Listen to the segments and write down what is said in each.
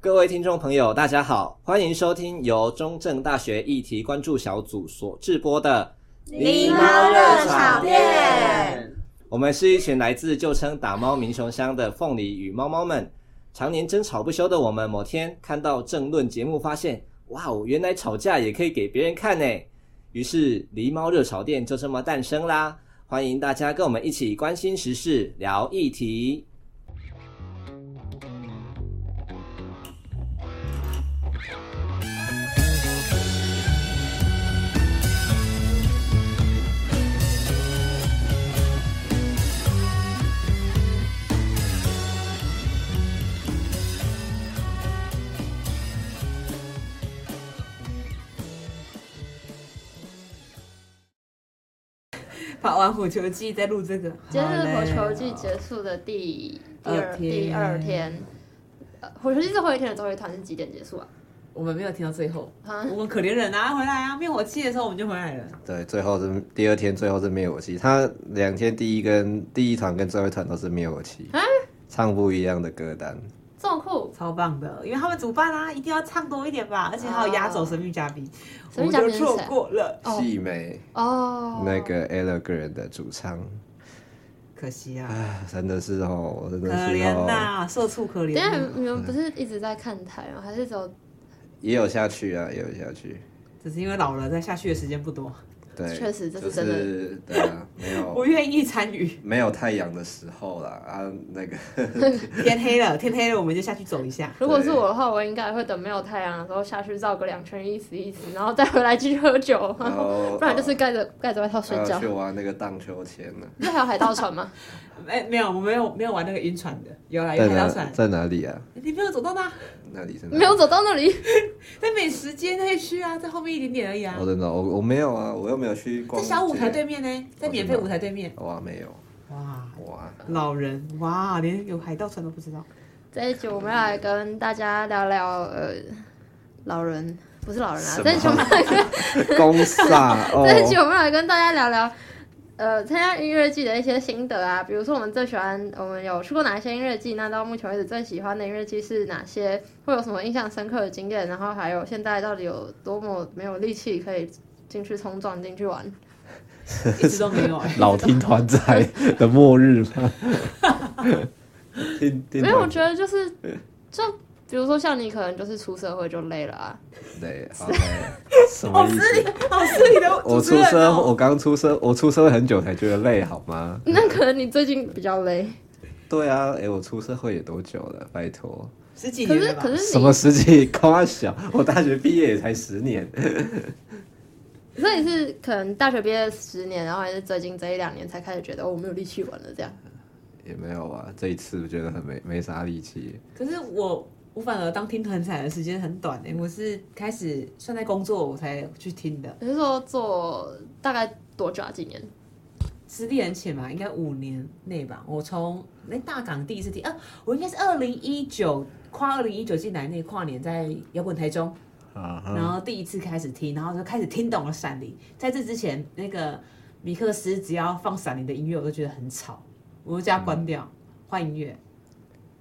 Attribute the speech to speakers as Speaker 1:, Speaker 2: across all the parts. Speaker 1: 各位听众朋友，大家好，欢迎收听由中正大学议题关注小组所制播的《
Speaker 2: 狸猫热炒店。
Speaker 1: 我们是一群来自旧称“打猫民雄乡”的凤梨与猫猫们，常年争吵不休的我们，某天看到政论节目，发现哇哦，原来吵架也可以给别人看呢。于是狸猫热炒店就这么诞生啦！欢迎大家跟我们一起关心时事，聊议题。
Speaker 3: 跑完火球季再录这个，
Speaker 2: 今天是火
Speaker 3: 好
Speaker 2: 球
Speaker 3: 嘞
Speaker 2: 季结束的第第
Speaker 3: 二
Speaker 2: 二
Speaker 3: 天
Speaker 2: 第二天，呃火球季最后一天的最后一团是几点结束啊？
Speaker 3: 我们没有听到最后，
Speaker 2: 啊，
Speaker 3: 我们可怜人啊，回来啊，灭火器的时候我们就回来了。
Speaker 4: 对，最后是第二天，最后是灭火器。他两天第一跟第一团跟最后一团都是灭火器，
Speaker 2: 啊
Speaker 4: 唱不一样的歌单。
Speaker 2: 这么酷！
Speaker 3: 超棒的，因为他们主办啊，一定要唱多一点吧，而且还有压轴神秘嘉宾，我
Speaker 2: 神秘
Speaker 3: 们
Speaker 2: 哦嘉
Speaker 3: 就
Speaker 2: 宾是谁
Speaker 3: 错过了，
Speaker 2: 哦
Speaker 4: 细美
Speaker 2: 哦，
Speaker 4: 那个 Ella 个人的主唱，
Speaker 3: 可惜啊，
Speaker 4: 啊真的是哦，真
Speaker 3: 可
Speaker 4: 的是
Speaker 3: 怜
Speaker 4: 哦，
Speaker 3: 呐、社畜可
Speaker 2: 等一下
Speaker 3: 怜，
Speaker 2: 你们不是一直在看台吗？还是只有
Speaker 4: 也有下去啊，也有下去。
Speaker 3: 只是因为老了，在下去的时间不多，
Speaker 4: 对，
Speaker 2: 确实这是
Speaker 4: 就
Speaker 2: 真的
Speaker 4: 是对啊，没
Speaker 3: 不
Speaker 4: 有
Speaker 3: 愿意参与。
Speaker 4: 没有太阳的时候啦啊，那个
Speaker 3: 天黑了，天黑了，我们就下去走一下。
Speaker 2: 如果是我的话，我应该会等没有太阳的时候下去绕个两圈，意思意思，然后再回来继续喝酒，
Speaker 4: 然 后
Speaker 2: 不然就是盖着盖着外套睡
Speaker 4: 还要
Speaker 2: 觉
Speaker 4: 去。玩那个荡秋千啊呢。
Speaker 2: 那还有海盗船吗？
Speaker 3: 哎、没有，我没有没有玩那个晕船的，有啦，有
Speaker 4: 在
Speaker 3: 海盗船
Speaker 4: 哪，在哪里啊？
Speaker 3: 你没有走到那，
Speaker 4: 那里是哪里
Speaker 2: 没有走到那里，
Speaker 3: 在美食街那一区啊，在后面一点点而已啊
Speaker 4: 哦我，真的，我我没有啊，我又没有去
Speaker 3: 在
Speaker 4: 逛街。
Speaker 3: 小舞台对面呢，在
Speaker 4: 哦
Speaker 3: 免费
Speaker 4: 真的
Speaker 3: 舞台对面。
Speaker 4: 哇，没有
Speaker 3: 哇，
Speaker 4: 哇，
Speaker 3: 老人哇，连有海盗船都不知道。
Speaker 2: 这一集我们要来跟大家聊聊呃，老人不是老人啊
Speaker 4: 什，么
Speaker 2: 这一集我们要跟
Speaker 4: 公煞
Speaker 2: 这一集
Speaker 4: 哦，
Speaker 2: 我们来跟大家聊聊，呃，参加音乐季的一些心得啊，比如说我们最喜欢，我们有去过哪一些音乐季？那到目前为止最喜欢的音乐季是哪些？会有什么印象深刻的经验？然后还有现在到底有多么没有力气可以进去冲撞进去玩？
Speaker 3: 一直都没有、欸。
Speaker 4: 老听团仔的末日吗？ 听听
Speaker 2: 没有，我觉得就是就。比如说，像你可能就是出社会就累了啊，
Speaker 4: 对，好累什么意思？
Speaker 3: 哦，是你的主
Speaker 4: 我
Speaker 3: 持
Speaker 4: 出
Speaker 3: 人
Speaker 4: 社，
Speaker 3: 哦
Speaker 4: 我刚出社，我出社会很久才觉得累，好吗？
Speaker 2: 那可能你最近比较累，
Speaker 4: 对啊，哎，我出社会也多久了？拜托，
Speaker 3: 十几
Speaker 2: 可
Speaker 3: 年
Speaker 2: 是
Speaker 3: 了吧？
Speaker 2: 可是
Speaker 4: 什
Speaker 2: 你
Speaker 4: 么时期？夸小， 我大学毕业也才十年。
Speaker 2: 所以是可能大学毕业十年，然后还是最近这一两年才开始觉得哦，我没有力气玩了这样。
Speaker 4: 也没有啊，这一次我觉得很没没啥力气。
Speaker 3: 可是我我反而当听团仔的时间很短哎、我是开始算在工作我才去听的，
Speaker 2: 你是说做大概多久啊？几年？
Speaker 3: 十年前吧，应该五年内吧。我从那大港第一次听，啊，我应该是二零一九跨二零一九进来那跨年在摇滚台中。
Speaker 4: 啊
Speaker 3: 然后第一次开始听，然后就开始听懂了《闪灵》。在这之前，那个米克斯只要放《闪灵》的音乐，我都觉得很吵，我就叫他关掉，换音乐。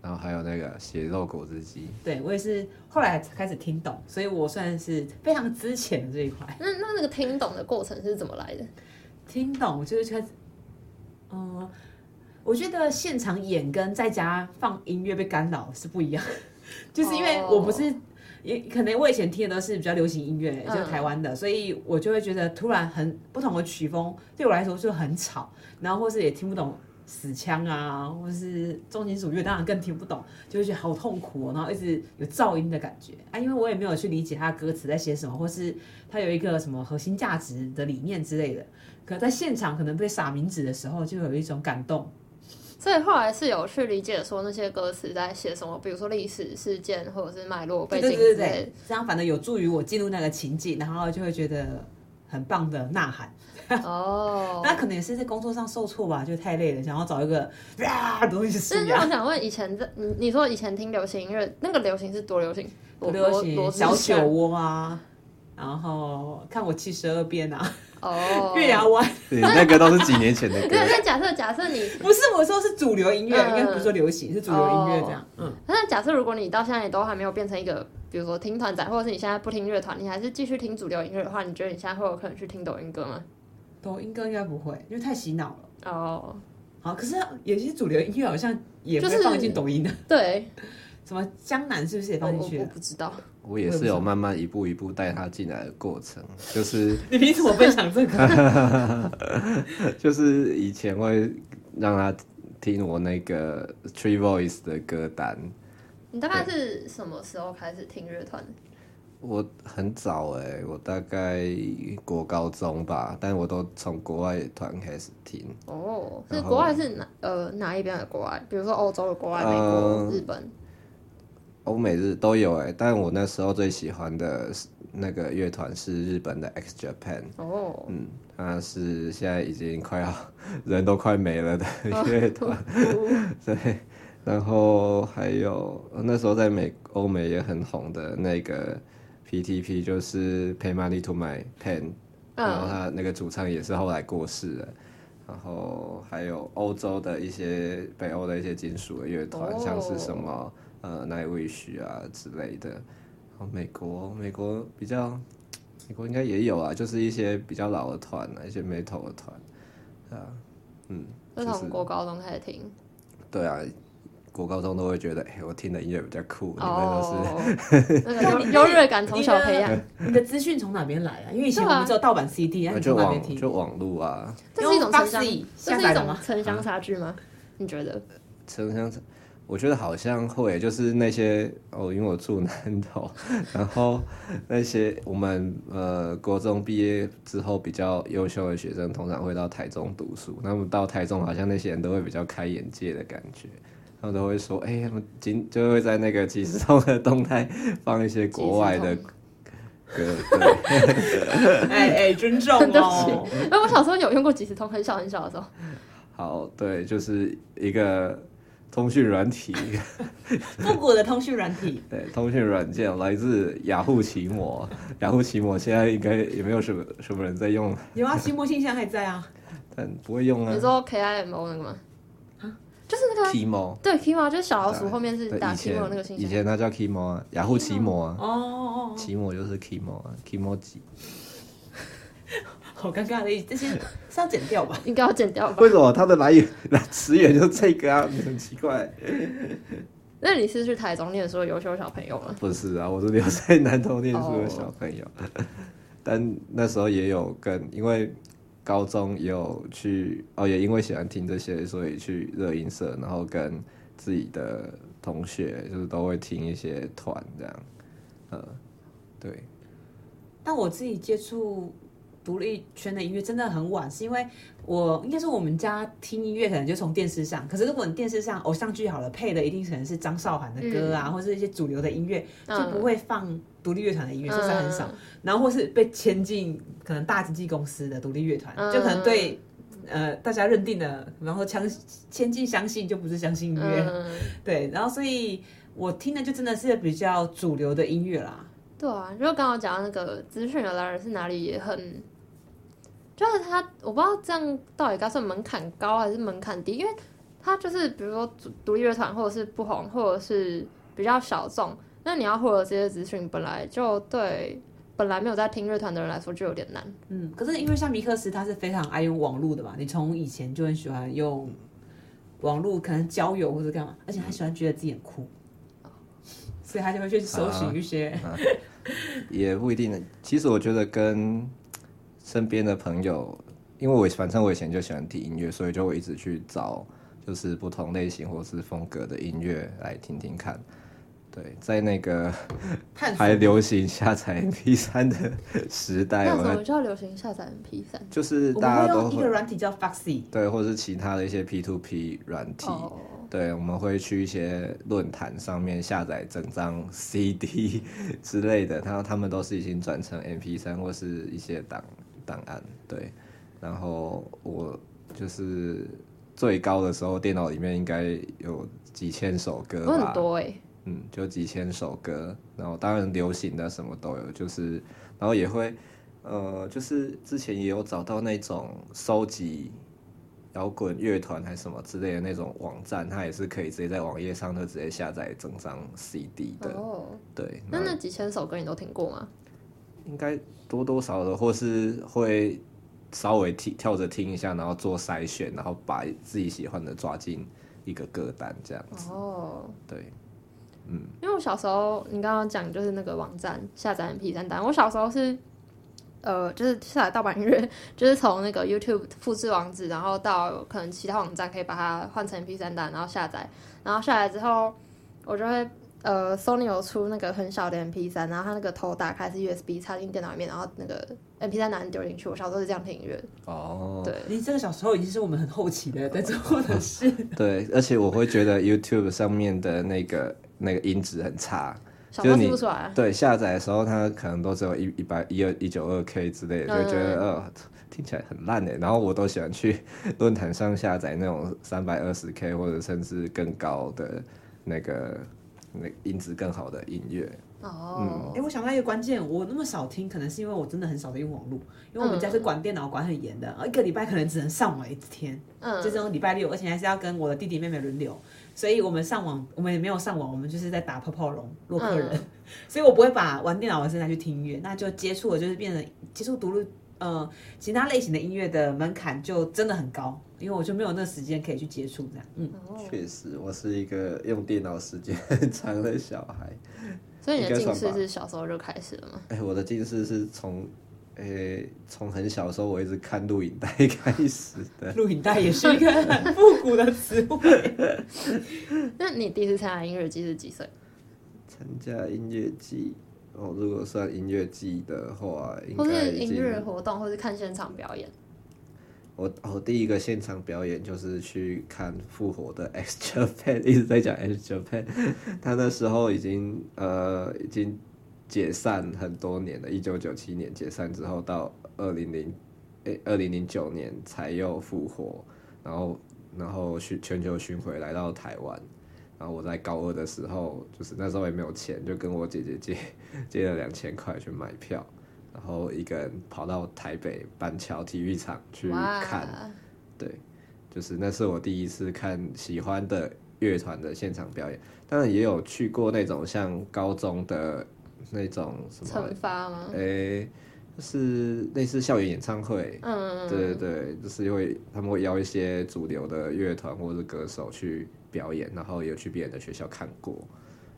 Speaker 4: 然后还有那个血肉果汁机，
Speaker 3: 对我也是后来才开始听懂，所以我算是非常之前的这一块。
Speaker 2: 那那那个听懂的过程是怎么来的？
Speaker 3: 听懂我就是开始，嗯、我觉得现场演跟在家放音乐被干扰是不一样， 就是因为
Speaker 2: 哦
Speaker 3: 我不是。也可能我以前听的都是比较流行音乐，
Speaker 2: 嗯
Speaker 3: 就是台湾的，所以我就会觉得突然很不同的曲风对我来说就很吵，然后或是也听不懂死腔啊，或是重金属乐，当然更听不懂，就会觉得好痛苦哦，然后一直有噪音的感觉啊，因为我也没有去理解他的歌词在写什么，或是他有一个什么核心价值的理念之类的。可在现场可能被撒名字的时候，就有一种感动。
Speaker 2: 所以后来是有去理解说那些歌词在写什么，比如说历史事件或者是脉络背景
Speaker 3: 对
Speaker 2: 之
Speaker 3: 对对
Speaker 2: 类的
Speaker 3: 对。，这样反正有助于我进入那个情境，然后就会觉得很棒的呐喊。
Speaker 2: 哦，
Speaker 3: 那可能也是在工作上受挫吧，就太累了，想要找一个啊东西
Speaker 2: 但
Speaker 3: 吃
Speaker 2: 是
Speaker 3: 呀。
Speaker 2: 我想问，以前在你你说以前听流行音乐，那个流行是多流行？
Speaker 3: 流行
Speaker 2: 罗
Speaker 3: 小酒窝啊，然后看我七十二变啊，
Speaker 2: 哦，
Speaker 3: 月牙湾
Speaker 4: 对，那个都是几年前的歌
Speaker 2: 没有，。那假设假设你，
Speaker 3: 不是我说是主流音乐，
Speaker 2: 嗯哦
Speaker 3: 应该不是说流行，是主流音乐这样。嗯，
Speaker 2: 那假设如果你到现在都还没有变成一个，比如说听团仔，或者是你现在不听乐团，你还是继续听主流音乐的话，你觉得你现在会有可能去听抖音歌吗？
Speaker 3: 抖音歌应该不会，因为太洗脑了。
Speaker 2: 哦，
Speaker 3: 好，可是有些主流音乐好像也
Speaker 2: 就
Speaker 3: 被
Speaker 2: 是
Speaker 3: 放进抖音的，
Speaker 2: 对，
Speaker 3: 什么江南是不是也
Speaker 2: 我
Speaker 3: 放进
Speaker 2: 我
Speaker 3: 去
Speaker 2: 我
Speaker 3: 了？
Speaker 2: 不知道，
Speaker 4: 我也是有慢慢一步一步带他进来的过程， 就是
Speaker 3: 你凭什么分享这个？
Speaker 4: 就是以前会让他听我那个 Tree Voice 的歌单，
Speaker 2: 你大概是什么时候开始听乐团？
Speaker 4: 我很早哎、我大概国高中吧，但我都从国外团开始听。
Speaker 2: 哦，是
Speaker 4: 然后
Speaker 2: 国外是哪呃哪一边的国外？比如说欧洲的国外、
Speaker 4: 呃
Speaker 2: 美国、日本。
Speaker 4: 欧美日都有哎、但我那时候最喜欢的是那个乐团是日本的 X Japan，
Speaker 2: 哦，
Speaker 4: 嗯，他是现在已经快要人都快没了的乐团，对。然后还有那时候在美欧美也很红的那个 PTP，就是 Pay Money to My Pen，、然后
Speaker 2: 嗯，
Speaker 4: 他那个主唱也是后来过世了。然后还有欧洲的一些北欧的一些金属的乐团，
Speaker 2: 哦
Speaker 4: 像是什么呃 Nightwish 啊之类的。然后美国，美国比较，美国应该也有啊，就是一些比较老的团啊，一些 metal 的团，对啊，嗯，
Speaker 2: 是
Speaker 4: 就是
Speaker 2: 从国高中开始听。
Speaker 4: 对啊，国高中都会觉得，哎，我听的音乐比较酷，你们都是
Speaker 2: 哦，那个优优越感从小培养。
Speaker 3: 你的资讯从哪边来啊？因为以前我们只有盗版 CD，那
Speaker 4: 啊
Speaker 3: 你
Speaker 4: 就
Speaker 3: 从哪边
Speaker 4: 网
Speaker 3: 听？
Speaker 4: 就网路啊，
Speaker 2: 这是一种城乡，
Speaker 3: 用 Foxy
Speaker 2: 这
Speaker 3: 下
Speaker 2: 是一
Speaker 3: 载的
Speaker 2: 种
Speaker 3: 吗？
Speaker 2: 城乡差距吗？你觉得？
Speaker 4: 城乡，我觉得好像会，就是那些哦，因为我住南投，然后那些我们呃国中毕业之后比较优秀的学生，通常会到台中读书。那么到台中，好像那些人都会比较开眼界的感觉。他们都会说，哎、他们今就会在那个即时通的动态放一些国外的
Speaker 2: 即时
Speaker 4: 歌，对，
Speaker 3: 哎哎，尊重
Speaker 2: 对
Speaker 3: 哦
Speaker 2: 不。因为我小时候有用过即时通，很小很小的时候。
Speaker 4: 好，对，就是一个通讯软体，
Speaker 3: 复古的通讯软体，
Speaker 4: 对，通讯软件来自雅虎奇 摩，雅虎奇摩现在应该也没有什么什么人在用，
Speaker 3: 有啊，新木信箱还在啊。
Speaker 4: 但不会用啊
Speaker 2: 你。说 K I M O 那个吗？就是那个啊
Speaker 4: Kimo，
Speaker 2: 对 Kimo，就是小老鼠
Speaker 4: 对
Speaker 2: 后面是
Speaker 4: 对，
Speaker 2: 打
Speaker 4: 以
Speaker 2: Kimo 那个信
Speaker 4: 前以
Speaker 2: 息。
Speaker 4: 前它叫 Kimo 啊，雅虎奇摩啊
Speaker 3: 哦，哦哦
Speaker 4: 奇摩就是 Kimo 啊，Kimo 几？
Speaker 3: 哦，好尴尬的意思，这些是要剪掉吧？
Speaker 2: 应该要剪掉吧
Speaker 4: 为？什么它的来源 词源就这个啊？很奇怪。
Speaker 2: 那你是去台中念书的优秀小朋友吗？
Speaker 4: 不是啊，我是留在南投念书的小朋友， 但那时候也有跟，因为高中也有去哦，也因为喜欢听这些，所以去热音社，然后跟自己的同学就是都会听一些团这样，呃，对，
Speaker 3: 但我自己接触独立圈的音乐真的很晚，是因为我应该说我们家听音乐可能就从电视上，可是如果你电视上偶像剧好了配的一定可能是张韶涵的歌啊，或是一些主流的音乐，就
Speaker 2: 嗯
Speaker 3: 不会放独立乐团的音乐，就是很少
Speaker 2: 嗯。
Speaker 3: 然后或是被签进可能大经纪公司的独立乐团，
Speaker 2: 嗯
Speaker 3: 就可能对。呃，大家认定的，然后相签进相信就不是相信音乐，
Speaker 2: 嗯，
Speaker 3: 对，然后所以我听的就真的是比较主流的音乐啦，
Speaker 2: 对啊，就刚刚讲到那个资讯的来源是哪里也很，就是他我不知道这样到底该算门槛高还是门槛低，因为他就是比如说独独立乐团或者是不红或者是比较小众，那你要获得这些资讯本来就对本来没有在听乐团的人来说就有点难。
Speaker 3: 嗯，可是因为像米克斯，他是非常爱用网络的嘛，你从以前就很喜欢用网络，可能交友或者干嘛，而且他喜欢觉得自己很酷，所以他就会去搜寻一
Speaker 4: 啊
Speaker 3: 些。
Speaker 4: 也不一定。其实我觉得跟身边的朋友，因为我反正我以前就喜欢听音乐，所以就会一直去找就是不同类型或是风格的音乐来听听看。对，在那个
Speaker 3: 探索
Speaker 4: 还流行下载 MP 3的时代，
Speaker 2: 那
Speaker 4: 我
Speaker 2: 时
Speaker 4: 们
Speaker 2: 候就要流行下载 MP 三
Speaker 4: 就是
Speaker 3: 我
Speaker 4: 大
Speaker 3: 们会
Speaker 4: 家都
Speaker 3: 用一个
Speaker 4: 会
Speaker 3: 软体叫 Foxy，
Speaker 4: 对，或者是其他的一些 P to P 软体。
Speaker 2: 哦，
Speaker 4: 对，我们会去一些论坛上面下载整张 CD 之类的，然后他们都是已经转成 MP 3或是一些档档案。对，然后我就是最高的时候，电脑里面应该有几千首歌
Speaker 2: 我
Speaker 4: 吧
Speaker 2: 很，多哎、
Speaker 4: 嗯，就几千首歌，然后当然流行的什么都有，就是然后也会呃，就是之前也有找到那种收集摇滚乐团还是什么之类的那种网站，它也是可以直接在网页上就直接下载整张 CD 的，
Speaker 2: 哦，
Speaker 4: 对，
Speaker 2: 那那几千首歌你都听过吗？
Speaker 4: 应该多多少少，或是会稍微听跳着听一下，然后做筛选，然后把自己喜欢的抓进一个歌单这样子。
Speaker 2: 哦，
Speaker 4: 对，
Speaker 2: 因为我小时候，你刚刚讲就是那个网站下载 MP 三单，我小时候是，呃，就是下载盗版音乐，就是从那个 YouTube 复制网址，然后到可能其他网站可以把它换成 MP 三单，然后下载，然后下来之后，我就会。呃，Sony 有出那个很小的 MP 三，然后它那个头打开是 USB 插进电脑里面，然后那个 MP 三拿丢进去。我小时候是这样听音乐的，
Speaker 4: 哦，
Speaker 2: 对，
Speaker 3: 你这个小时候已经是我们很后期的在做 的事，
Speaker 4: 对，而且我会觉得 YouTube 上面的那个那个音质很差，
Speaker 2: 小
Speaker 4: 就
Speaker 2: 时候
Speaker 4: 是你
Speaker 2: 听不出来啊。
Speaker 4: 对，下载的时候它可能都只有一一百一二一九二 K 之类的，就觉得呃听起来很烂欸的。然后我都喜欢去论坛上下载那种三百二十 K 或者甚至更高的那个那个音质更好的音乐。
Speaker 2: 哦
Speaker 4: 嗯
Speaker 3: 哎、，我想到一个关键，我那么少听，可能是因为我真的很少在用网络，因为我们家是管电脑管很严的，一个礼拜可能只能上网一天，
Speaker 2: 嗯，
Speaker 3: 就这种礼拜六，而且还是要跟我的弟弟妹妹轮流，所以我们上网，我们也没有上网，我们就是在打泡泡龙洛克人， 所以我不会把玩电脑的时间拿去听音乐，那就接触了，就是变成接触独立，呃，其他类型的音乐的门槛就真的很高，因为我就没有那时间可以去接触这样，嗯，
Speaker 2: 哦
Speaker 4: 确实，我是一个用电脑时间很长的小孩。
Speaker 2: 所以你的
Speaker 4: 应该
Speaker 2: 近
Speaker 4: 算
Speaker 2: 视
Speaker 4: 吧
Speaker 2: 是小时候就开始了吗？
Speaker 4: 哎、我的近视是从，哎、从很小的时候我一直看录影带开始的。
Speaker 3: 录影带也是一个很复古的 词汇。
Speaker 2: 那你第一次参加音乐季是几岁？
Speaker 4: 参加音乐季，哦，如果算音乐季的话，应
Speaker 2: 或
Speaker 4: 该
Speaker 2: 是
Speaker 4: 已
Speaker 2: 音乐
Speaker 4: 经
Speaker 2: 活动，或是看现场表演。
Speaker 4: 我我第一个现场表演就是去看复活的 X Japan，一直在讲 X Japan，他那时候已经呃已经解散很多年了，一九九七年解散之后到二零零诶二零零九年才又复活，然后然后巡全球巡回来到台湾，然后我在高二的时候，就是那时候也没有钱，就跟我姐姐借借了两千块去买票。然后一个人跑到台北板桥体育场去看，
Speaker 2: 哇，
Speaker 4: 对，就是那是我第一次看喜欢的乐团的现场表演，当然也有去过那种像高中的那种什么
Speaker 2: 惩，罚吗？
Speaker 4: 诶、就是类似校园演唱会，
Speaker 2: 嗯，
Speaker 4: 对对对，就是会他们会邀一些主流的乐团或者是歌手去表演，然后有去别人的学校看过，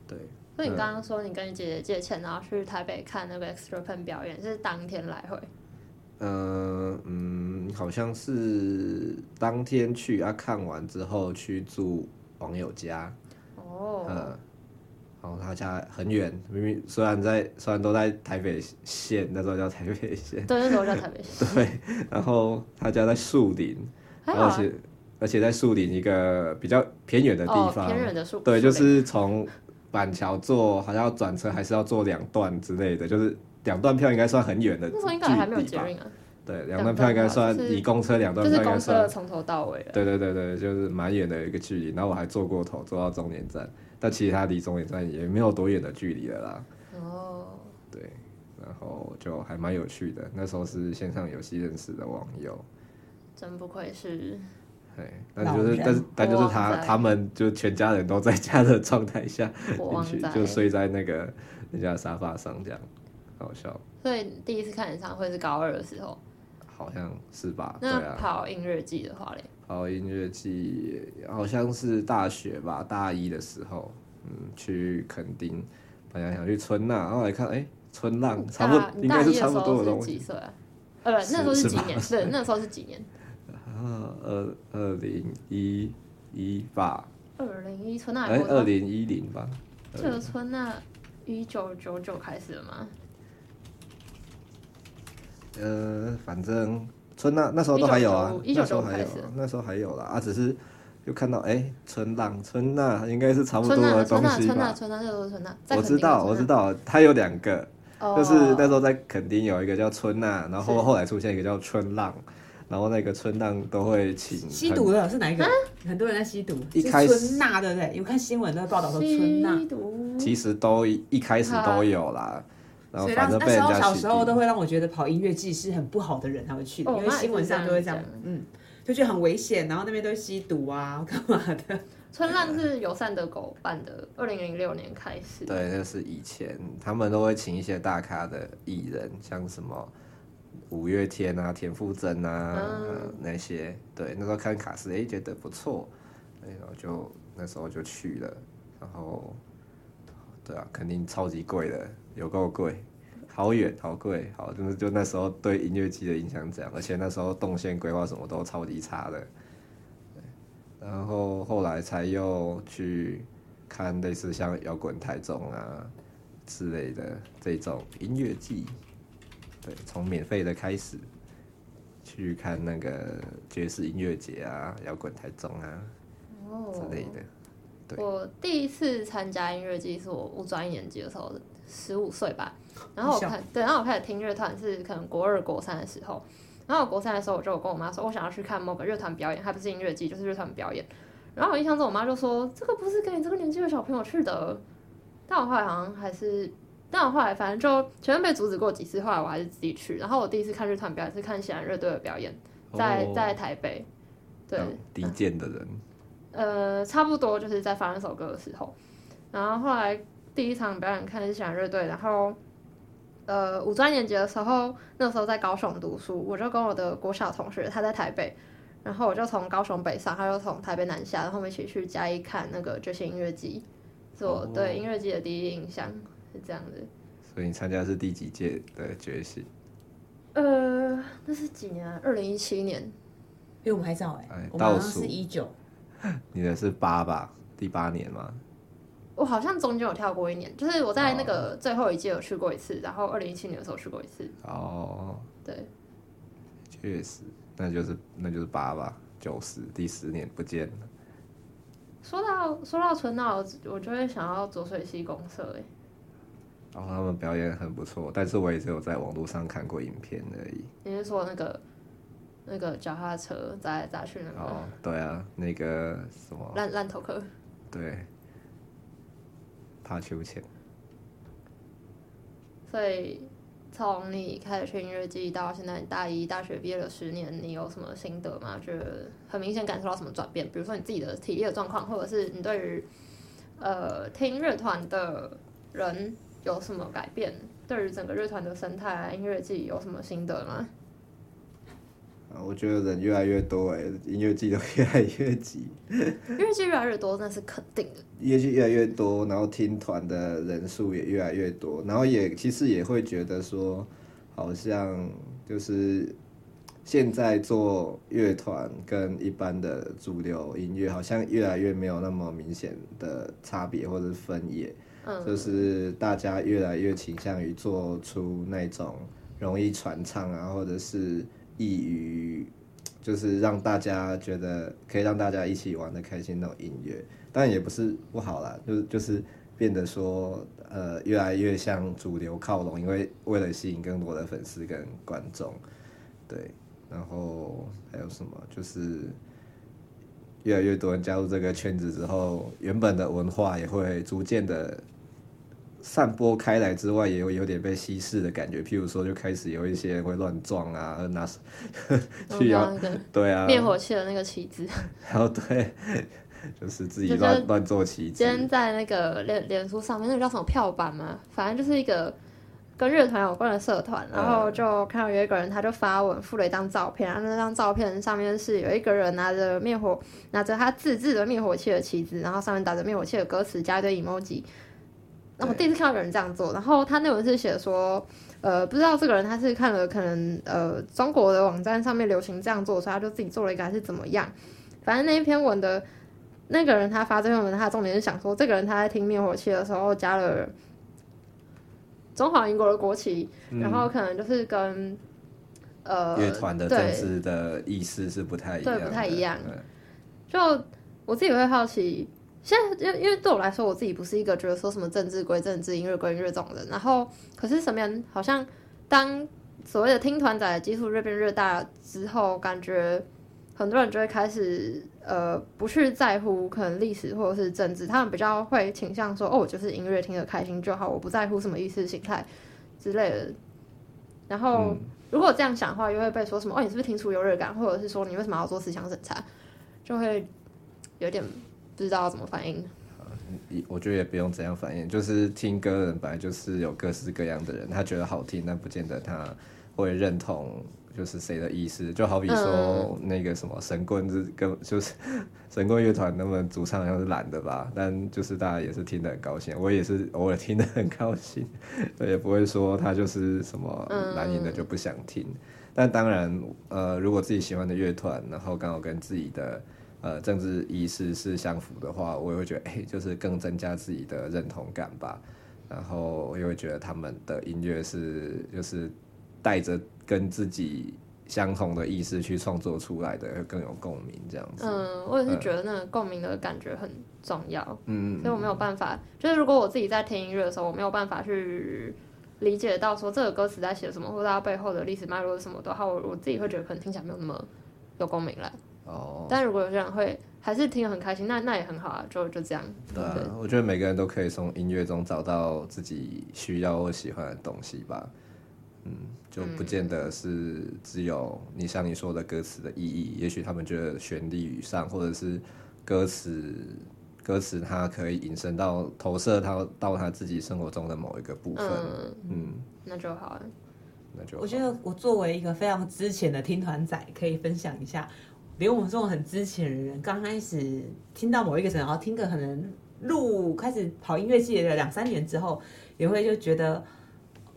Speaker 4: 对，
Speaker 2: 所
Speaker 4: 嗯
Speaker 2: 以你刚刚说你跟你姐姐借钱，然后去台北看那个 Extra Pen 表演，是当天来回。
Speaker 4: 呃，嗯，好像是当天去啊，看完之后去住网友家，
Speaker 2: 哦，
Speaker 4: 嗯，然后他家很远，明明虽然在虽然都在台北县，那时候叫台北县，
Speaker 2: 对，那时候在台北。
Speaker 4: 对，然后他家在树林，
Speaker 2: 还
Speaker 4: 然
Speaker 2: 好
Speaker 4: 后而
Speaker 2: 啊
Speaker 4: 且而且在树林一个比较偏远的地
Speaker 2: 哦，
Speaker 4: 方，
Speaker 2: 偏远的树。树
Speaker 4: 对，就
Speaker 2: 林
Speaker 4: 是从板桥坐，好像要转车，还是要坐两段之类的，就是两段票应该算很远的距
Speaker 2: 那
Speaker 4: 离
Speaker 2: 时候应该还没有捷
Speaker 4: 吧。
Speaker 2: 运啊，
Speaker 4: 对，
Speaker 2: 两
Speaker 4: 两
Speaker 2: 段
Speaker 4: 段票应该
Speaker 2: 票
Speaker 4: 算
Speaker 2: 就是
Speaker 4: 以公车两
Speaker 2: 就
Speaker 4: 段
Speaker 2: 是
Speaker 4: 票应
Speaker 2: 公
Speaker 4: 该
Speaker 2: 车
Speaker 4: 算，
Speaker 2: 从头到尾了。
Speaker 4: 对对对对，就是蛮远的一个距离。然后我还坐过头，坐到终点站，但其实它离终点站也没有多远的距离了啦。
Speaker 2: 哦，
Speaker 4: 对，然后就还蛮有趣的。那时候是线上游戏认识的网友，
Speaker 2: 真不愧是。
Speaker 4: 对，但就
Speaker 3: 老
Speaker 4: 是
Speaker 3: 人
Speaker 4: 但是但就是
Speaker 2: 哇
Speaker 4: 他
Speaker 2: 塞
Speaker 4: 他们就全家人都在家的状态下
Speaker 2: 我忘
Speaker 4: 进去
Speaker 2: 在
Speaker 4: 就睡在那个人家的沙发上这样，好笑，
Speaker 2: 所以第一次看演唱会是高二的时候。
Speaker 4: 好像是吧？对
Speaker 2: 那
Speaker 4: 啊。
Speaker 2: 跑音乐季的话嘞，
Speaker 4: 跑音乐季好像是大学吧，大一的时候，嗯，去垦丁，本来想去春浪，后来看，哎、春浪差不
Speaker 2: 哦大
Speaker 4: 多，
Speaker 2: 你
Speaker 4: 应
Speaker 2: 大
Speaker 4: 该是
Speaker 2: 一的时
Speaker 4: 差不
Speaker 2: 候
Speaker 4: 多的
Speaker 2: 是
Speaker 4: 东
Speaker 2: 几
Speaker 4: 西。
Speaker 2: 岁啊？呃，不那时候是
Speaker 4: 是是
Speaker 2: 几
Speaker 4: 吧
Speaker 2: 年？对，那时候是几年？
Speaker 4: 啊，二二零一一吧，
Speaker 2: 二零一春那
Speaker 4: 哎
Speaker 2: 还，
Speaker 4: 二
Speaker 2: 过
Speaker 4: 零一零吧，
Speaker 2: 这个村那一九九九开始的吗？
Speaker 4: 呃，反正春浪那时候都还有啊，
Speaker 2: 1995
Speaker 4: 那时候还
Speaker 2: 开
Speaker 4: 有
Speaker 2: 始，
Speaker 4: 那时候还有啦，啊，只是就看到，哎、春浪，春浪应该是差不多
Speaker 2: 村那
Speaker 4: 的
Speaker 2: 村
Speaker 4: 东
Speaker 2: 那
Speaker 4: 西
Speaker 2: 村那
Speaker 4: 吧。
Speaker 2: 村那这都是村那，在
Speaker 4: 我
Speaker 2: 垦丁
Speaker 4: 知
Speaker 2: 的
Speaker 4: 道，我知
Speaker 2: 村
Speaker 4: 道，它有两个，
Speaker 2: 那，
Speaker 4: 就是那
Speaker 2: 哦
Speaker 4: 时候在垦丁有一个叫春娜，然后
Speaker 2: 是
Speaker 4: 后来出现一个叫春浪，然后那个春浪都会请
Speaker 3: 吸
Speaker 4: 很
Speaker 3: 毒的是哪一个？很多人在吸毒，
Speaker 4: 一
Speaker 3: 是
Speaker 4: 开始
Speaker 3: 春娜对不对？有看新闻都会报道说春
Speaker 2: 吸
Speaker 3: 娜，
Speaker 2: 毒，
Speaker 4: 其实都一一开始都有啦，然
Speaker 3: 啊
Speaker 4: 后
Speaker 3: 所以
Speaker 4: 哦反
Speaker 3: 让
Speaker 4: 正
Speaker 3: 那
Speaker 4: 被
Speaker 3: 时
Speaker 4: 人
Speaker 3: 候
Speaker 4: 家
Speaker 3: 小
Speaker 4: 洗
Speaker 3: 时候
Speaker 4: 地
Speaker 3: 都会让我觉得跑音乐季是很不好的人才会去的，
Speaker 2: 哦
Speaker 3: 因为新闻上都会这样
Speaker 2: 那也是这，
Speaker 3: 嗯，就觉得很危险，然后那边都吸毒啊，干嘛的？
Speaker 2: 春浪是友善的狗办的，二零零六年开始。
Speaker 4: 对，那是以前他们都会请一些大咖的艺人，像什么五月天啊、田馥甄啊、
Speaker 2: 嗯
Speaker 4: 呃那些。对，那时候看卡斯，哎、觉得不错，对然后就那时候就去了，然后对啊，肯定超级贵的，有够贵。好远，好贵，好，就是就那时候对音乐季的影响这样，而且那时候动线规划什么都超级差的，对，然后后来才又去看类似像摇滚台中啊之类的这种音乐季，对，从免费的开始去看那个爵士音乐节啊、摇滚台中啊
Speaker 2: 哦
Speaker 4: 之类的。对
Speaker 2: 我第一次参加音乐季是我五专一年级的时候，十五岁吧。然后我
Speaker 3: 很小
Speaker 2: 看，对，然后我开始听乐团是可能国二、国三的时候。然后我国三的时候，我就有跟我妈说，我想要去看某个乐团表演，还不是音乐季，就是乐团表演。然后我印象中，我妈就说：“这个不是给你这个年纪的小朋友去的。”但我后来好像还是，但我后来反正就前面被阻止过几次，后来我还是自己去。然后我第一次看乐团表演是看喜兰乐队的表演，在
Speaker 4: 哦
Speaker 2: 在台北。对，嗯
Speaker 4: 当低贱的人，
Speaker 2: 呃，差不多就是在发那首歌的时候，然后后来第一场表演看是喜欢乐队，然后呃五专年级的时候，那时候在高雄读书，我就跟我的国小同学，他在台北，然后我就从高雄北上，他就从台北南下，然后我们一起去嘉义看那个爵士音乐季，是我
Speaker 4: 哦
Speaker 2: 对音乐季的第一印象是这样子。
Speaker 4: 所以你参加的是第几届的爵士？
Speaker 2: 呃，那是几年、啊？二零一七年。
Speaker 3: 因为我们还早哎
Speaker 4: 哎，
Speaker 3: 我们好
Speaker 4: 倒
Speaker 3: 像
Speaker 4: 数
Speaker 3: 是一九，
Speaker 4: 你的是八吧？第八年吗？
Speaker 2: 我好像中间有跳过一年，就是我在那
Speaker 4: 哦
Speaker 2: 个最后一届有去过一次，然后二零一七年的时候去过一次，
Speaker 4: 哦，
Speaker 2: 对。
Speaker 4: 确实，那就是那就是八吧，九十第十年不见了。
Speaker 2: 说到说到春娜，我我就会想要浊水溪公社哎、
Speaker 4: 然哦后他们表演很不错，但是我也只有在网络上看过影片而已。
Speaker 2: 你是说那个那个脚踏车砸来砸去那个
Speaker 4: 哦，对啊，那个什么，
Speaker 2: 烂烂头壳？
Speaker 4: 对，怕秋千。
Speaker 2: 所以从你开始去音乐季到现在大一大学毕业了十年，你有什么心得吗？觉得很明显感受到什么转变？比如说你自己的体力的状况，或者是你对于呃听乐团的人有什么改变？对于整个乐团的生态、啊、音乐季有什么心得吗？
Speaker 4: 啊，我觉得人越来越多哎、音乐季都 越来越挤，
Speaker 2: 音乐季越来越多，那是肯定的。
Speaker 4: 音乐季越来越多，然后听团的人数也越来越多，然后也其实也会觉得说，好像就是现在做乐团跟一般的主流音乐好像越来越没有那么明显的差别或者是分野，
Speaker 2: 嗯，
Speaker 4: 就是大家越来越倾向于做出那种容易传唱啊，或者是易于，就是让大家觉得可以让大家一起玩的开心那种音乐，但也不是不好啦，就是就是变得说呃越来越向主流靠拢，因为为了吸引更多的粉丝跟观众，对，然后还有什么就是。越来越多人加入这个圈子之后，原本的文化也会逐渐的散播开来之外，也有有点被稀释的感觉。譬如说，就开始有一些人会乱撞啊，呃拿去摇，
Speaker 2: 那个
Speaker 4: 对啊，
Speaker 2: 灭火器的那个旗子，
Speaker 4: 然后对， 就是自己
Speaker 2: 就是
Speaker 4: 乱乱做旗帜
Speaker 2: 今。天在那个脸脸书上面，那个叫什么票版嘛，反正就是一个跟乐团有关的社团，
Speaker 4: 嗯
Speaker 2: 然后就看到有一个人他就发文附了一张照片，然后那张照片上面是有一个人拿着灭火拿着他自制的灭火器的旗子，然后上面打着灭火器的歌词，加一堆 emoji。那我
Speaker 4: 对
Speaker 2: 第一次看到有人这样做，然后他那文是写说，呃，不知道这个人他是看了可能呃中国的网站上面流行这样做，所以他就自己做了一个还是怎么样。反正那一篇文的那个人他发这篇文，他的重点是想说，这个人他在听灭火器的时候加了中华民国的国旗，然后可能就是跟呃
Speaker 4: 乐团的政
Speaker 2: 对
Speaker 4: 治的意识是不太一
Speaker 2: 对
Speaker 4: 样的，
Speaker 2: 不太一样
Speaker 4: 对
Speaker 2: 就我自己会好奇，现在因为因为对我来说，我自己不是一个觉得说什么政治归政治、音乐归音乐这种人。然后，可是身边好像当所谓的听团仔的基数越变越大之后，感觉很多人就会开始呃不去在乎可能历史或者是政治，他们比较会倾向说哦，我就是音乐听得开心就好，我不在乎什么意识形态之类的。然后、如果这样想的话，又会被说什么哦，你是不是听出优越感，或者是说你为什么要做思想审查，就会有点不知道要怎么反应。
Speaker 4: 也我觉得也不用怎样反应，就是听歌的人本来就是有各式各样的人，他觉得好听，但不见得他会认同就是谁的意思。就好比说那个什么神棍是跟就是 神棍乐团，那么主唱好像是懒的吧，但就是大家也是听得很高兴，我也是偶尔听得很高兴， 也不会说他就是什么蓝营的就不想听。但当然，呃，如果自己喜欢的乐团，然后刚好跟自己的呃政治意识是相符的话，我也会觉得，哎、就是更增加自己的认同感吧。然后我也会觉得他们的音乐是就是带着跟自己相同的意识去创作出来的，会更有共鸣这样子。
Speaker 2: 嗯，我也是觉得那个共鸣的感觉很重要，
Speaker 4: 嗯，
Speaker 2: 所以我没有办法，就是如果我自己在听音乐的时候，我没有办法去理解到说这个歌词在写什么，或者它背后的历史脉络是什么的话，我我自己会觉得可能听起来没有那么有共鸣了。
Speaker 4: 哦，
Speaker 2: 但如果有些人会还是听得很开心，那那也很好啊，就就这样。
Speaker 4: 对啊，我觉得每个人都可以从音乐中找到自己需要或喜欢的东西吧。嗯，就不见得是只有你像你说的歌词的意义，也许他们觉得旋律与上，或者是歌词歌词它可以引申到投射到到他自己生活中的某一个部分。
Speaker 2: 嗯，
Speaker 4: 嗯，
Speaker 2: 那就好了。啊
Speaker 4: 那就
Speaker 3: 我觉得我作为一个非常之前的听团仔，可以分享一下，连我们这种很之前的人，刚开始听到某一个人，然后听个可能录开始跑音乐季的两三年之后，也会就觉得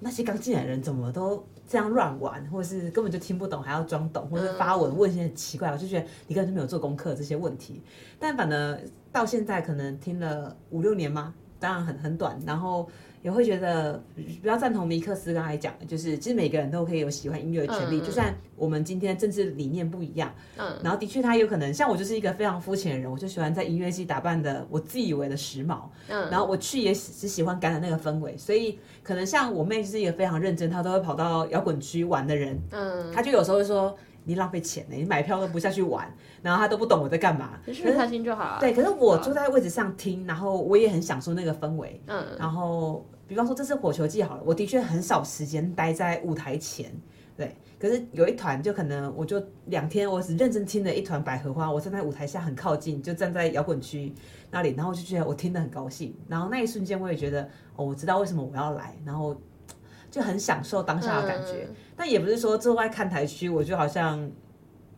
Speaker 3: 那些刚进来的人怎么都这样乱玩，或是根本就听不懂，还要装懂，或是发文问一些很奇怪，我就觉得你根本就没有做功课这些问题。但反而到现在可能听了五六年嘛，当然很很短，然后也会觉得比较赞同尼克斯刚才讲的，就是其实每个人都可以有喜欢音乐的权利，
Speaker 2: 嗯
Speaker 3: 就算我们今天政治理念不一样，
Speaker 2: 嗯，
Speaker 3: 然后的确他有可能像我就是一个非常肤浅的人，我就喜欢在音乐季打扮的我自以为的时髦，
Speaker 2: 嗯，
Speaker 3: 然后我去也只喜欢感染那个氛围，所以可能像我妹就是一个非常认真，她都会跑到摇滚区玩的人，
Speaker 2: 嗯，
Speaker 3: 她就有时候会说你浪费钱呢、欸你买票都不下去玩，然后她都不懂我在干嘛。
Speaker 2: 只是开心就好啊。
Speaker 3: 嗯对，可是我
Speaker 2: 好
Speaker 3: 坐在位置上听，然后我也很享受那个氛围。
Speaker 2: 嗯
Speaker 3: 然后，比方说这次火球季好了，我的确很少时间待在舞台前，对。可是有一团就可能我就两天，我只认真听了一团百合花，我站在舞台下很靠近，就站在摇滚区那里，然后我就觉得我听得很高兴，然后那一瞬间我也觉得哦，我知道为什么我要来，然后就很享受当下的感觉。但也不是说坐在看台区，我就好像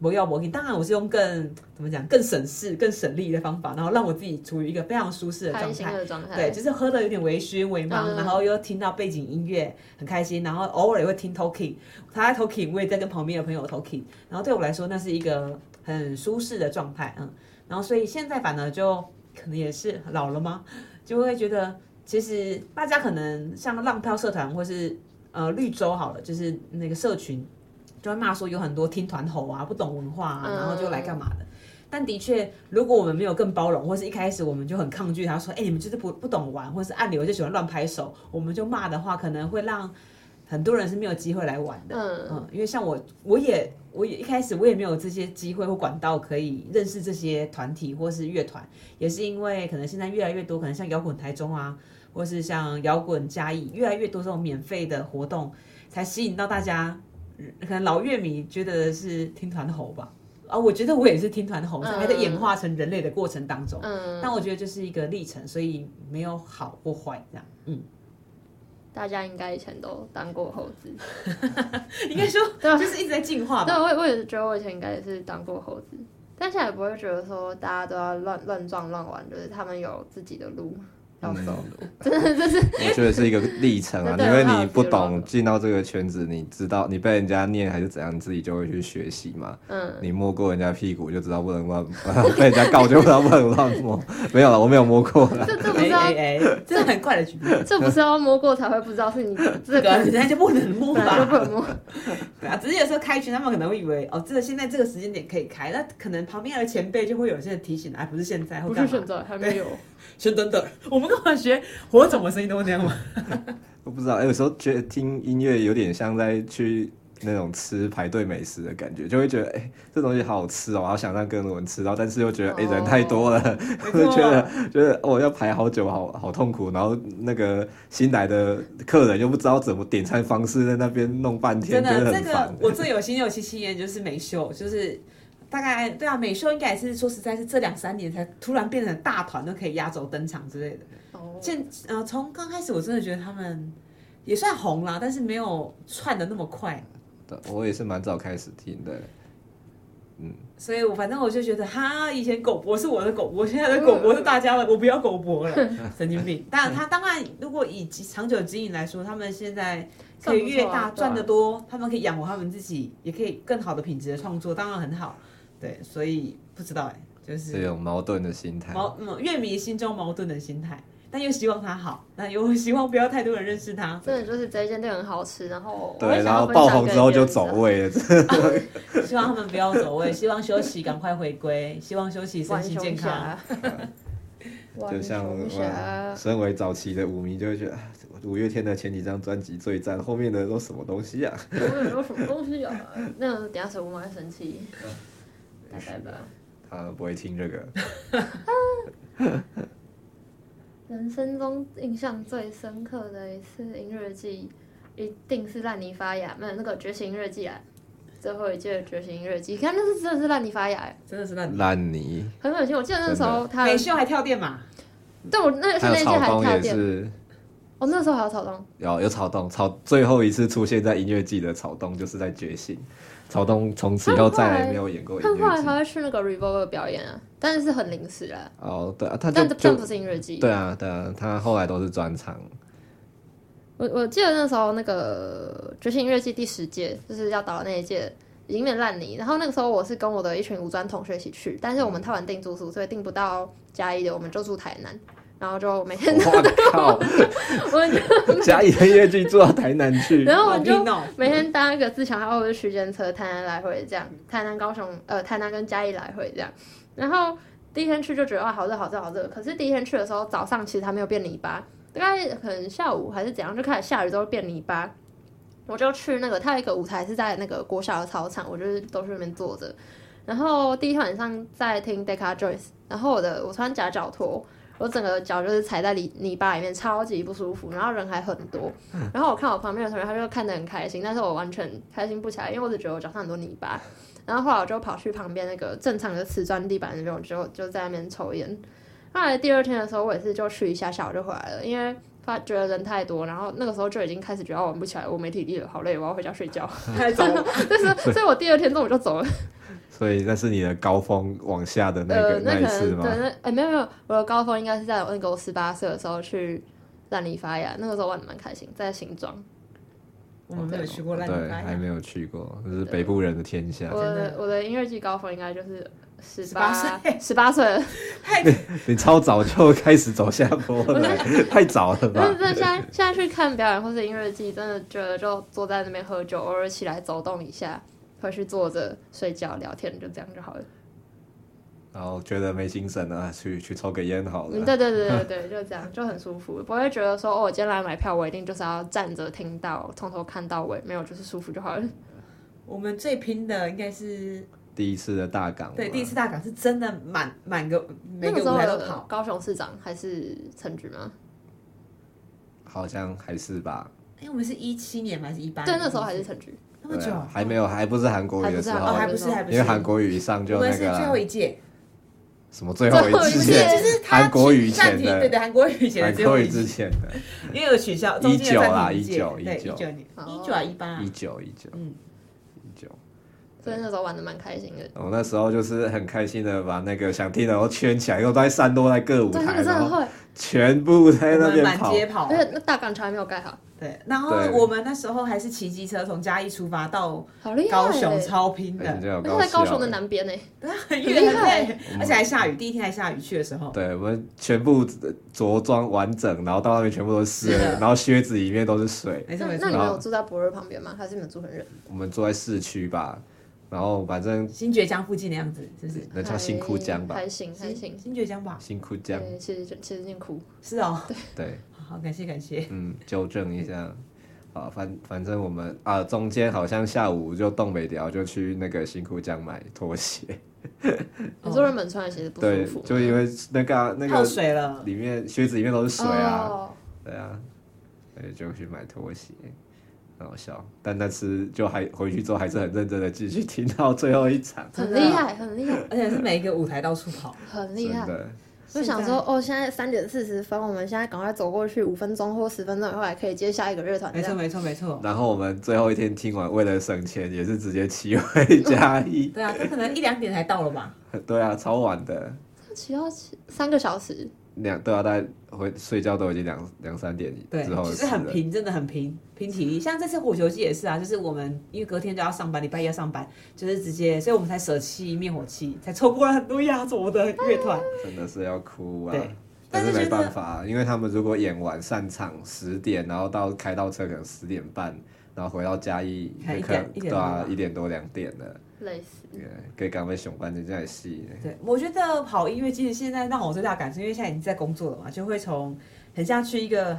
Speaker 3: 我要我给。当然，我是用更怎么讲更省事、更省力的方法，然后让我自己处于一个非常舒适的
Speaker 2: 嗯开
Speaker 3: 状
Speaker 2: 心
Speaker 3: 态。
Speaker 2: 的状态。
Speaker 3: 对，就是喝的有点微醺、微茫，
Speaker 2: 嗯
Speaker 3: 然后又听到背景音乐，很开心，然后偶尔也会听 talking，他在 talking，我也在跟旁边的朋友 talking，然后对我来说那是一个很舒适的状态，嗯，然后所以现在反而就可能也是老了吗，就会觉得其实大家可能像浪漂社团或是呃绿洲好了，就是那个社群就会骂说有很多听团吼啊，不懂文化啊，
Speaker 2: 嗯
Speaker 3: 然后就来干嘛的。但的确，如果我们没有更包容，或是一开始我们就很抗拒他说，哎、你们就是不不懂玩，或是按钮就喜欢乱拍手，我们就骂的话，可能会让很多人是没有机会来玩的。
Speaker 2: 嗯
Speaker 3: 嗯，因为像我，我也我也一开始我也没有这些机会或管道可以认识这些团体或是乐团，也是因为可能现在越来越多，可能像摇滚台中啊，或是像摇滚嘉义，越来越多这种免费的活动，才吸引到大家。可能老乐迷觉得是听团吼吧，啊，我觉得我也是听团吼，
Speaker 2: 嗯
Speaker 3: 还在演化成人类的过程当中。
Speaker 2: 嗯，
Speaker 3: 但我觉得就是一个历程，所以没有好或坏这样。 嗯，
Speaker 2: 大家应该以前都当过猴子。
Speaker 3: 应该说
Speaker 2: 对啊
Speaker 3: 就是一直在进化吧
Speaker 2: 对，。我也我也是觉得我以前应该也是当过猴子，但现在也不会觉得说大家都要乱乱撞乱玩，就是他们有自己的路要
Speaker 4: 嗯
Speaker 2: 走。，
Speaker 4: 我觉得是一个历程啊
Speaker 2: 真的
Speaker 4: 因为你不
Speaker 2: 很好
Speaker 4: 懂进到这个圈子，你知道你被人家念还是怎样，你自己就会去学习嘛。
Speaker 2: 嗯，
Speaker 4: 你摸过人家屁股就知道不能乱， 被人家告就知道不能乱摸。 没有了，我没有摸过啦。
Speaker 2: 这这不是
Speaker 3: 哎
Speaker 2: 要、
Speaker 3: 哎哎，这很快的举例，
Speaker 2: 这不是要摸过才会不知道 是你
Speaker 3: 这
Speaker 2: 这
Speaker 3: 个
Speaker 2: 个
Speaker 3: 人家就不能摸
Speaker 2: 本来就不
Speaker 3: 吧？
Speaker 2: 能摸。
Speaker 3: 对啊，只是有时候开群，他们可能会以为哦，这个现在这个时间点可以开，那可能旁边的前辈就会有些提醒，哎，不是现在，或
Speaker 2: 不
Speaker 3: 干
Speaker 2: 是
Speaker 3: 嘛
Speaker 2: 选择，还没有。
Speaker 3: 先等等，我们干嘛学火种的声音都那样吗？
Speaker 4: 我不知道，哎有时候觉得听音乐有点像在去那种吃排队美食的感觉，就会觉得哎、这东西好好吃哦，好想让更多人吃到，但是又觉得哎、人太多了，
Speaker 3: 没
Speaker 4: 就觉
Speaker 3: 错啊
Speaker 4: 得觉得哦要排好久，好好痛苦。然后那个新来的客人又不知道怎么点餐方式，在那边弄半天，
Speaker 3: 真
Speaker 4: 觉得
Speaker 3: 的，
Speaker 4: 很
Speaker 3: 这
Speaker 4: 烦
Speaker 3: 个。我最有心有戚戚焉就是美秀，就是大概对啊，美秀应该也是说实在是这两三年才突然变成大团都可以压轴登场之类的。
Speaker 2: 哦，
Speaker 3: 现呃，从刚开始我真的觉得他们也算红啦，但是没有窜的那么快，
Speaker 4: 对我也是蛮早开始听的，
Speaker 3: 所以我反正我就觉得哈，以前狗博是我的狗博，现在的狗博是大家的，我不要狗博了，神经病。但他当然，如果以长久经营来说，他们现在可以越大赚得多，他们可以养活他们自己，也可以更好的品质的创作，当然很好。对，所以不知道哎、就
Speaker 4: 这
Speaker 3: 是
Speaker 4: 种矛盾的心态。
Speaker 3: 矛嗯，乐迷心中矛盾的心态，但又希望他好，那又希望不要太多人认识他。
Speaker 2: 真的就是这一间店很好吃，然后我
Speaker 4: 对，
Speaker 2: 也想
Speaker 4: 然
Speaker 2: 要
Speaker 4: 后
Speaker 2: 分享
Speaker 4: 爆红
Speaker 2: 给
Speaker 4: 之后就
Speaker 2: 别人
Speaker 4: 走
Speaker 2: 知道
Speaker 4: 位 了，
Speaker 3: 希望他们不要走位，希望休息赶快回归，希望休息身
Speaker 2: 浣
Speaker 3: 心
Speaker 2: 熊
Speaker 3: 健康。啊
Speaker 2: 侠， 浣
Speaker 4: 就像
Speaker 2: 熊
Speaker 4: 哇
Speaker 2: 侠，
Speaker 4: 身为早期的舞迷，就会觉得啊五月天的前几张专辑最赞，后面的都什么东西啊？
Speaker 2: 我有没有什么东西啊？那等一下水母会生气，
Speaker 4: 嗯
Speaker 2: 大概吧。
Speaker 4: 他不会听这个。
Speaker 2: 人生中印象最深刻的一次音乐季，一定是烂泥发芽，没有那个觉醒音乐季啊，最后一届的觉醒音乐季，看那是真的是烂泥发芽、欸，
Speaker 3: 真的是烂。
Speaker 4: 烂泥，
Speaker 2: 很恶心。我记得那时候他
Speaker 3: 美，秀还跳电马，
Speaker 2: 但我那是
Speaker 4: 还有
Speaker 2: 那一届
Speaker 4: 草
Speaker 2: 还
Speaker 4: 东
Speaker 2: 跳
Speaker 4: 也
Speaker 2: 电，
Speaker 4: 是，
Speaker 2: 我、那时候还有草东，
Speaker 4: 有有草东，草最后一次出现在音乐季的草东就是在觉醒，草东从此以后再来没有演过音
Speaker 2: 他后
Speaker 4: 乐
Speaker 2: 来
Speaker 4: 季。
Speaker 2: 还会去那个 Revolver 表演啊，但是很临时啦，
Speaker 4: 哦，对啊，他就
Speaker 2: 但但
Speaker 4: 就
Speaker 2: 不是音乐季。
Speaker 4: 对啊，对啊，他后来都是专 场。
Speaker 2: 我我记得那时候那个觉醒音乐季第十届，就是要倒的那一届，已经变烂泥。然后那个时候我是跟我的一群五专同学一起去，但是我们太晚订住宿，所以订不到嘉义的，我们就住台南。然后就每天，
Speaker 4: 我靠，
Speaker 2: 我们就
Speaker 4: 嘉义的音乐剧做到台南去，
Speaker 2: 然后我
Speaker 3: 好
Speaker 2: 们就
Speaker 3: 拼哦！
Speaker 2: 每天搭一个自强号或者区间车，台南来回这样，台南高雄呃台南跟嘉义来回这样。然后第一天去就觉得哇好热好热好热，可是第一天去的时候早上其实还没有变泥巴，大概可能下午还是怎样就开始下雨之后变泥巴。我就去那个，它有一个舞台是在那个国小的操场，我就是都去那边坐着。然后第一天晚上在听 Deca Joyce，然后我的我穿夹脚拖，我整个脚就是踩在泥泥巴里面，超级不舒服。然后人还很多，然后我看我旁边的同学，他就看得很开心，但是我完全开心不起来，因为我只觉得我脚上很多泥巴。然后后来我就跑去旁边那个正常的瓷砖地板那边，我就就在那边抽烟。后来第二天的时候，我也是就去一下下我就回来了，因为发觉得人太多，然后那个时候就已经开始觉得我玩不起来，我没体力了，好累，我要回家睡觉。
Speaker 3: 太走了，
Speaker 2: 但是，所以我第二天中午就走了。
Speaker 4: 所以那是你的高峰往下的那
Speaker 2: 呃，
Speaker 4: 个
Speaker 2: 那
Speaker 4: 一
Speaker 2: 可
Speaker 4: 次
Speaker 2: 能
Speaker 4: 吗
Speaker 2: 对，？那哎、没有没有，我的高峰应该是在我那个我十八岁的时候去烂泥发芽，那个时候玩的蛮开心，在新庄。
Speaker 3: 我们没有去过烂泥
Speaker 4: 对，
Speaker 3: 巴
Speaker 4: 还没有去过，这是北部人啊的天下。
Speaker 2: 我
Speaker 3: 真
Speaker 2: 的
Speaker 3: 的
Speaker 2: 我的音乐季高峰应该就是十
Speaker 3: 18
Speaker 2: 八十八岁了，
Speaker 3: 太
Speaker 4: 你超早就开始走下坡了，太早了
Speaker 2: 但是
Speaker 4: 吧？
Speaker 2: 真的现在现在去看表演或是音乐季，真的觉得就坐在那边喝酒，偶尔起来走动一下，回去坐着睡觉聊天，就这样就好了。
Speaker 4: 然后觉得没精神了，啊去去抽个烟好
Speaker 2: 嗯，
Speaker 4: 了。
Speaker 2: 对对对对对，就这样就很舒服，不会觉得说哦，我今天来买票，我一定就是要站着听到从头看到尾，没有就是舒服就好了。
Speaker 3: 我们最拼的应该是
Speaker 4: 第一次的大港嘛，
Speaker 3: 对第一次大港是真的满满个每个
Speaker 2: 那个时
Speaker 3: 舞
Speaker 2: 候
Speaker 3: 台都
Speaker 2: 的
Speaker 3: 跑，
Speaker 2: 高雄市长还是陈局吗？
Speaker 4: 好像还是吧？
Speaker 3: 因为哎我们是一七年吗还是一八？
Speaker 2: 对，那时候还是陈局。
Speaker 3: 那么
Speaker 4: 对
Speaker 3: 久
Speaker 4: 啊，还没有，还不是啊韩国语的时
Speaker 2: 还不
Speaker 3: 哦，
Speaker 2: 是，
Speaker 4: 候
Speaker 2: 啊
Speaker 3: 还不是还不是，
Speaker 4: 因为韩国语一上就
Speaker 3: 我们
Speaker 4: 那
Speaker 3: 是
Speaker 4: 个
Speaker 3: 最
Speaker 4: 啊
Speaker 3: 后一届，
Speaker 4: 什么最后
Speaker 2: 最后
Speaker 4: 一
Speaker 2: 一
Speaker 3: 不是
Speaker 2: 届
Speaker 4: 届，
Speaker 3: 就是他
Speaker 4: 韩国语
Speaker 3: 暂
Speaker 4: 前
Speaker 3: 停，对
Speaker 4: 的，
Speaker 3: 对，韩国语前的
Speaker 4: 韩
Speaker 3: 最后
Speaker 4: 国语
Speaker 3: 一
Speaker 4: 之
Speaker 3: 届，
Speaker 4: 前的，
Speaker 3: 因为有取
Speaker 4: 啊
Speaker 3: 消，中间有暂停届对
Speaker 4: 19 19
Speaker 3: 一九年一九啊一八
Speaker 4: 一九一九，
Speaker 3: 嗯
Speaker 4: 一九。
Speaker 2: 所以那时候玩的蛮开心的。
Speaker 4: 我那时候就是很开心的把那个想听的都圈起来，然后都在散落在各舞
Speaker 2: 对，那
Speaker 4: 台，
Speaker 2: 个真的
Speaker 4: 然后
Speaker 2: 会，
Speaker 4: 全部
Speaker 3: 我
Speaker 2: 啊
Speaker 4: 在那
Speaker 3: 们
Speaker 4: 边
Speaker 3: 满
Speaker 4: 跑。
Speaker 3: 街跑啊
Speaker 2: 而，且那大港桥还没有盖好，
Speaker 3: 对，然后
Speaker 4: 对
Speaker 3: 我们那时候还是骑机车从嘉义出发到
Speaker 2: 好厉害、欸！
Speaker 3: 高雄，超拼
Speaker 4: 哎
Speaker 3: 的，
Speaker 4: 你这有
Speaker 2: 那是在高
Speaker 4: 笑
Speaker 2: 雄的
Speaker 4: 欸
Speaker 2: 南边呢、
Speaker 3: 很
Speaker 2: 很厉
Speaker 3: 远很
Speaker 2: 害
Speaker 3: 累，而且还下雨，第一天还下雨去的时候，
Speaker 4: 对，我们全部着装完整，然后到那边全部都是湿
Speaker 3: 是
Speaker 4: 的，
Speaker 3: 的
Speaker 4: 然后靴子里面都是水。
Speaker 3: 没错
Speaker 2: 那
Speaker 3: 没
Speaker 2: 那
Speaker 3: 错
Speaker 2: 你，们有住在博瑞旁边吗？还是你们住很远？
Speaker 4: 我们住在市区吧，然后反正
Speaker 3: 新觉江附近的样子，是不是？
Speaker 4: 那叫新
Speaker 2: 哭
Speaker 4: 枯江吧，
Speaker 2: 还行还行。
Speaker 3: 新觉江吧？
Speaker 4: 新枯江，
Speaker 2: 对，其实其实有点苦。
Speaker 3: 是哦，
Speaker 4: 对，
Speaker 3: 好，感谢感谢。
Speaker 4: 嗯，纠正一下，啊，反反正我们啊，中间好像下午就动没聊，就去那个新裤江买拖鞋。
Speaker 2: 很多人本穿的鞋子不舒
Speaker 4: 对
Speaker 2: 服，，
Speaker 4: 就因为那个啊那
Speaker 3: 泡
Speaker 4: 个
Speaker 3: 水了，
Speaker 4: 里面靴子里面都是水啊，
Speaker 2: 哦
Speaker 4: 对啊，所以就去买拖鞋，很好笑。但那次就还回去之后还是很认真的继续听到最后一场，
Speaker 2: 很厉害，很厉害，
Speaker 3: 而且是每一个舞台到处跑。
Speaker 2: 很
Speaker 4: 真
Speaker 2: 厉害。
Speaker 4: 的
Speaker 2: 就想说，哦，现在三点四十分，我们现在赶快走过去，五分钟或十分钟以后还可以接下一个乐团。
Speaker 3: 没错
Speaker 2: 这样
Speaker 3: 没错没错，
Speaker 4: 然后我们最后一天听完，为了省钱，也是直接骑回嘉义。
Speaker 3: 对啊，他可能一两点才到了吧？
Speaker 4: 对啊，超晚的，
Speaker 2: 只要骑三个小时，
Speaker 4: 两对啊，大概回睡觉都已经两两三点
Speaker 3: 对，
Speaker 4: 之后的
Speaker 3: 其
Speaker 4: 事
Speaker 3: 实很
Speaker 4: 了。
Speaker 3: 拼，真的很拼，拼体力。像这次火球季也是啊，就是我们因为隔天就要上班，礼拜一要上班，就是直接，所以我们才舍弃灭火器，才错过了很多压轴的乐团。
Speaker 4: 真的是要哭啊
Speaker 3: 对！
Speaker 4: 但
Speaker 3: 但是
Speaker 4: 是没
Speaker 3: 觉得
Speaker 4: 办法，啊因为他们如果演完散场十点，然后到开到车可能十点半，然后回到嘉义，
Speaker 3: 看一
Speaker 4: 可能
Speaker 3: 点一点
Speaker 4: 对啊
Speaker 3: 多吧，
Speaker 4: 一点多两点了，
Speaker 2: 累死。
Speaker 4: 可以赶回熊班人家的戏。
Speaker 3: 对，我觉得跑音乐季现在让我最大的感受，因为现在已经在工作了嘛，就会从很像去一个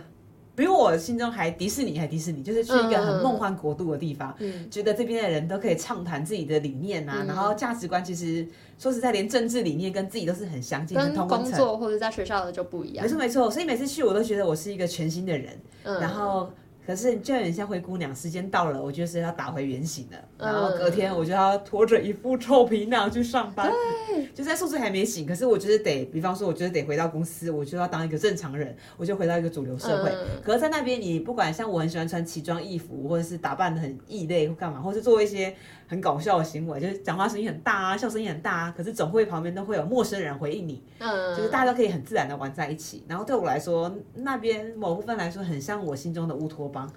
Speaker 3: 比我心中还迪士尼还迪士尼，就是去一个很梦幻国度的地方。
Speaker 2: 嗯，
Speaker 3: 觉得这边的人都可以畅谈自己的理念啊，
Speaker 2: 嗯
Speaker 3: 然后价值观其实说实在，连政治理念跟自己都是很相近，很
Speaker 2: 跟
Speaker 3: 同温
Speaker 2: 工
Speaker 3: 层。
Speaker 2: 作或者在学校的就不一样
Speaker 3: 没。错没错，所以每次去我都觉得我是一个全新的人，
Speaker 2: 嗯，
Speaker 3: 然后可是就很像灰姑娘，时间到了，我就是要打回原形了。
Speaker 2: 嗯
Speaker 3: 然后隔天我就要拖着一副臭皮囊去上班，就在宿舍还没醒，可是我就是得，比方说，我就是得回到公司，我就要当一个正常人，我就回到一个主流社会。
Speaker 2: 嗯
Speaker 3: 可是，在那边，你不管像我很喜欢穿奇装异服，或者是打扮的很异类或干嘛，或是做一些很搞笑的行为，就是讲话声音很大啊，笑声音很大啊，可是总会旁边都会有陌生人回应你。
Speaker 2: 嗯，
Speaker 3: 就是大家都可以很自然的玩在一起。然后对我来说，那边某部分来说，很像我心中的乌托邦，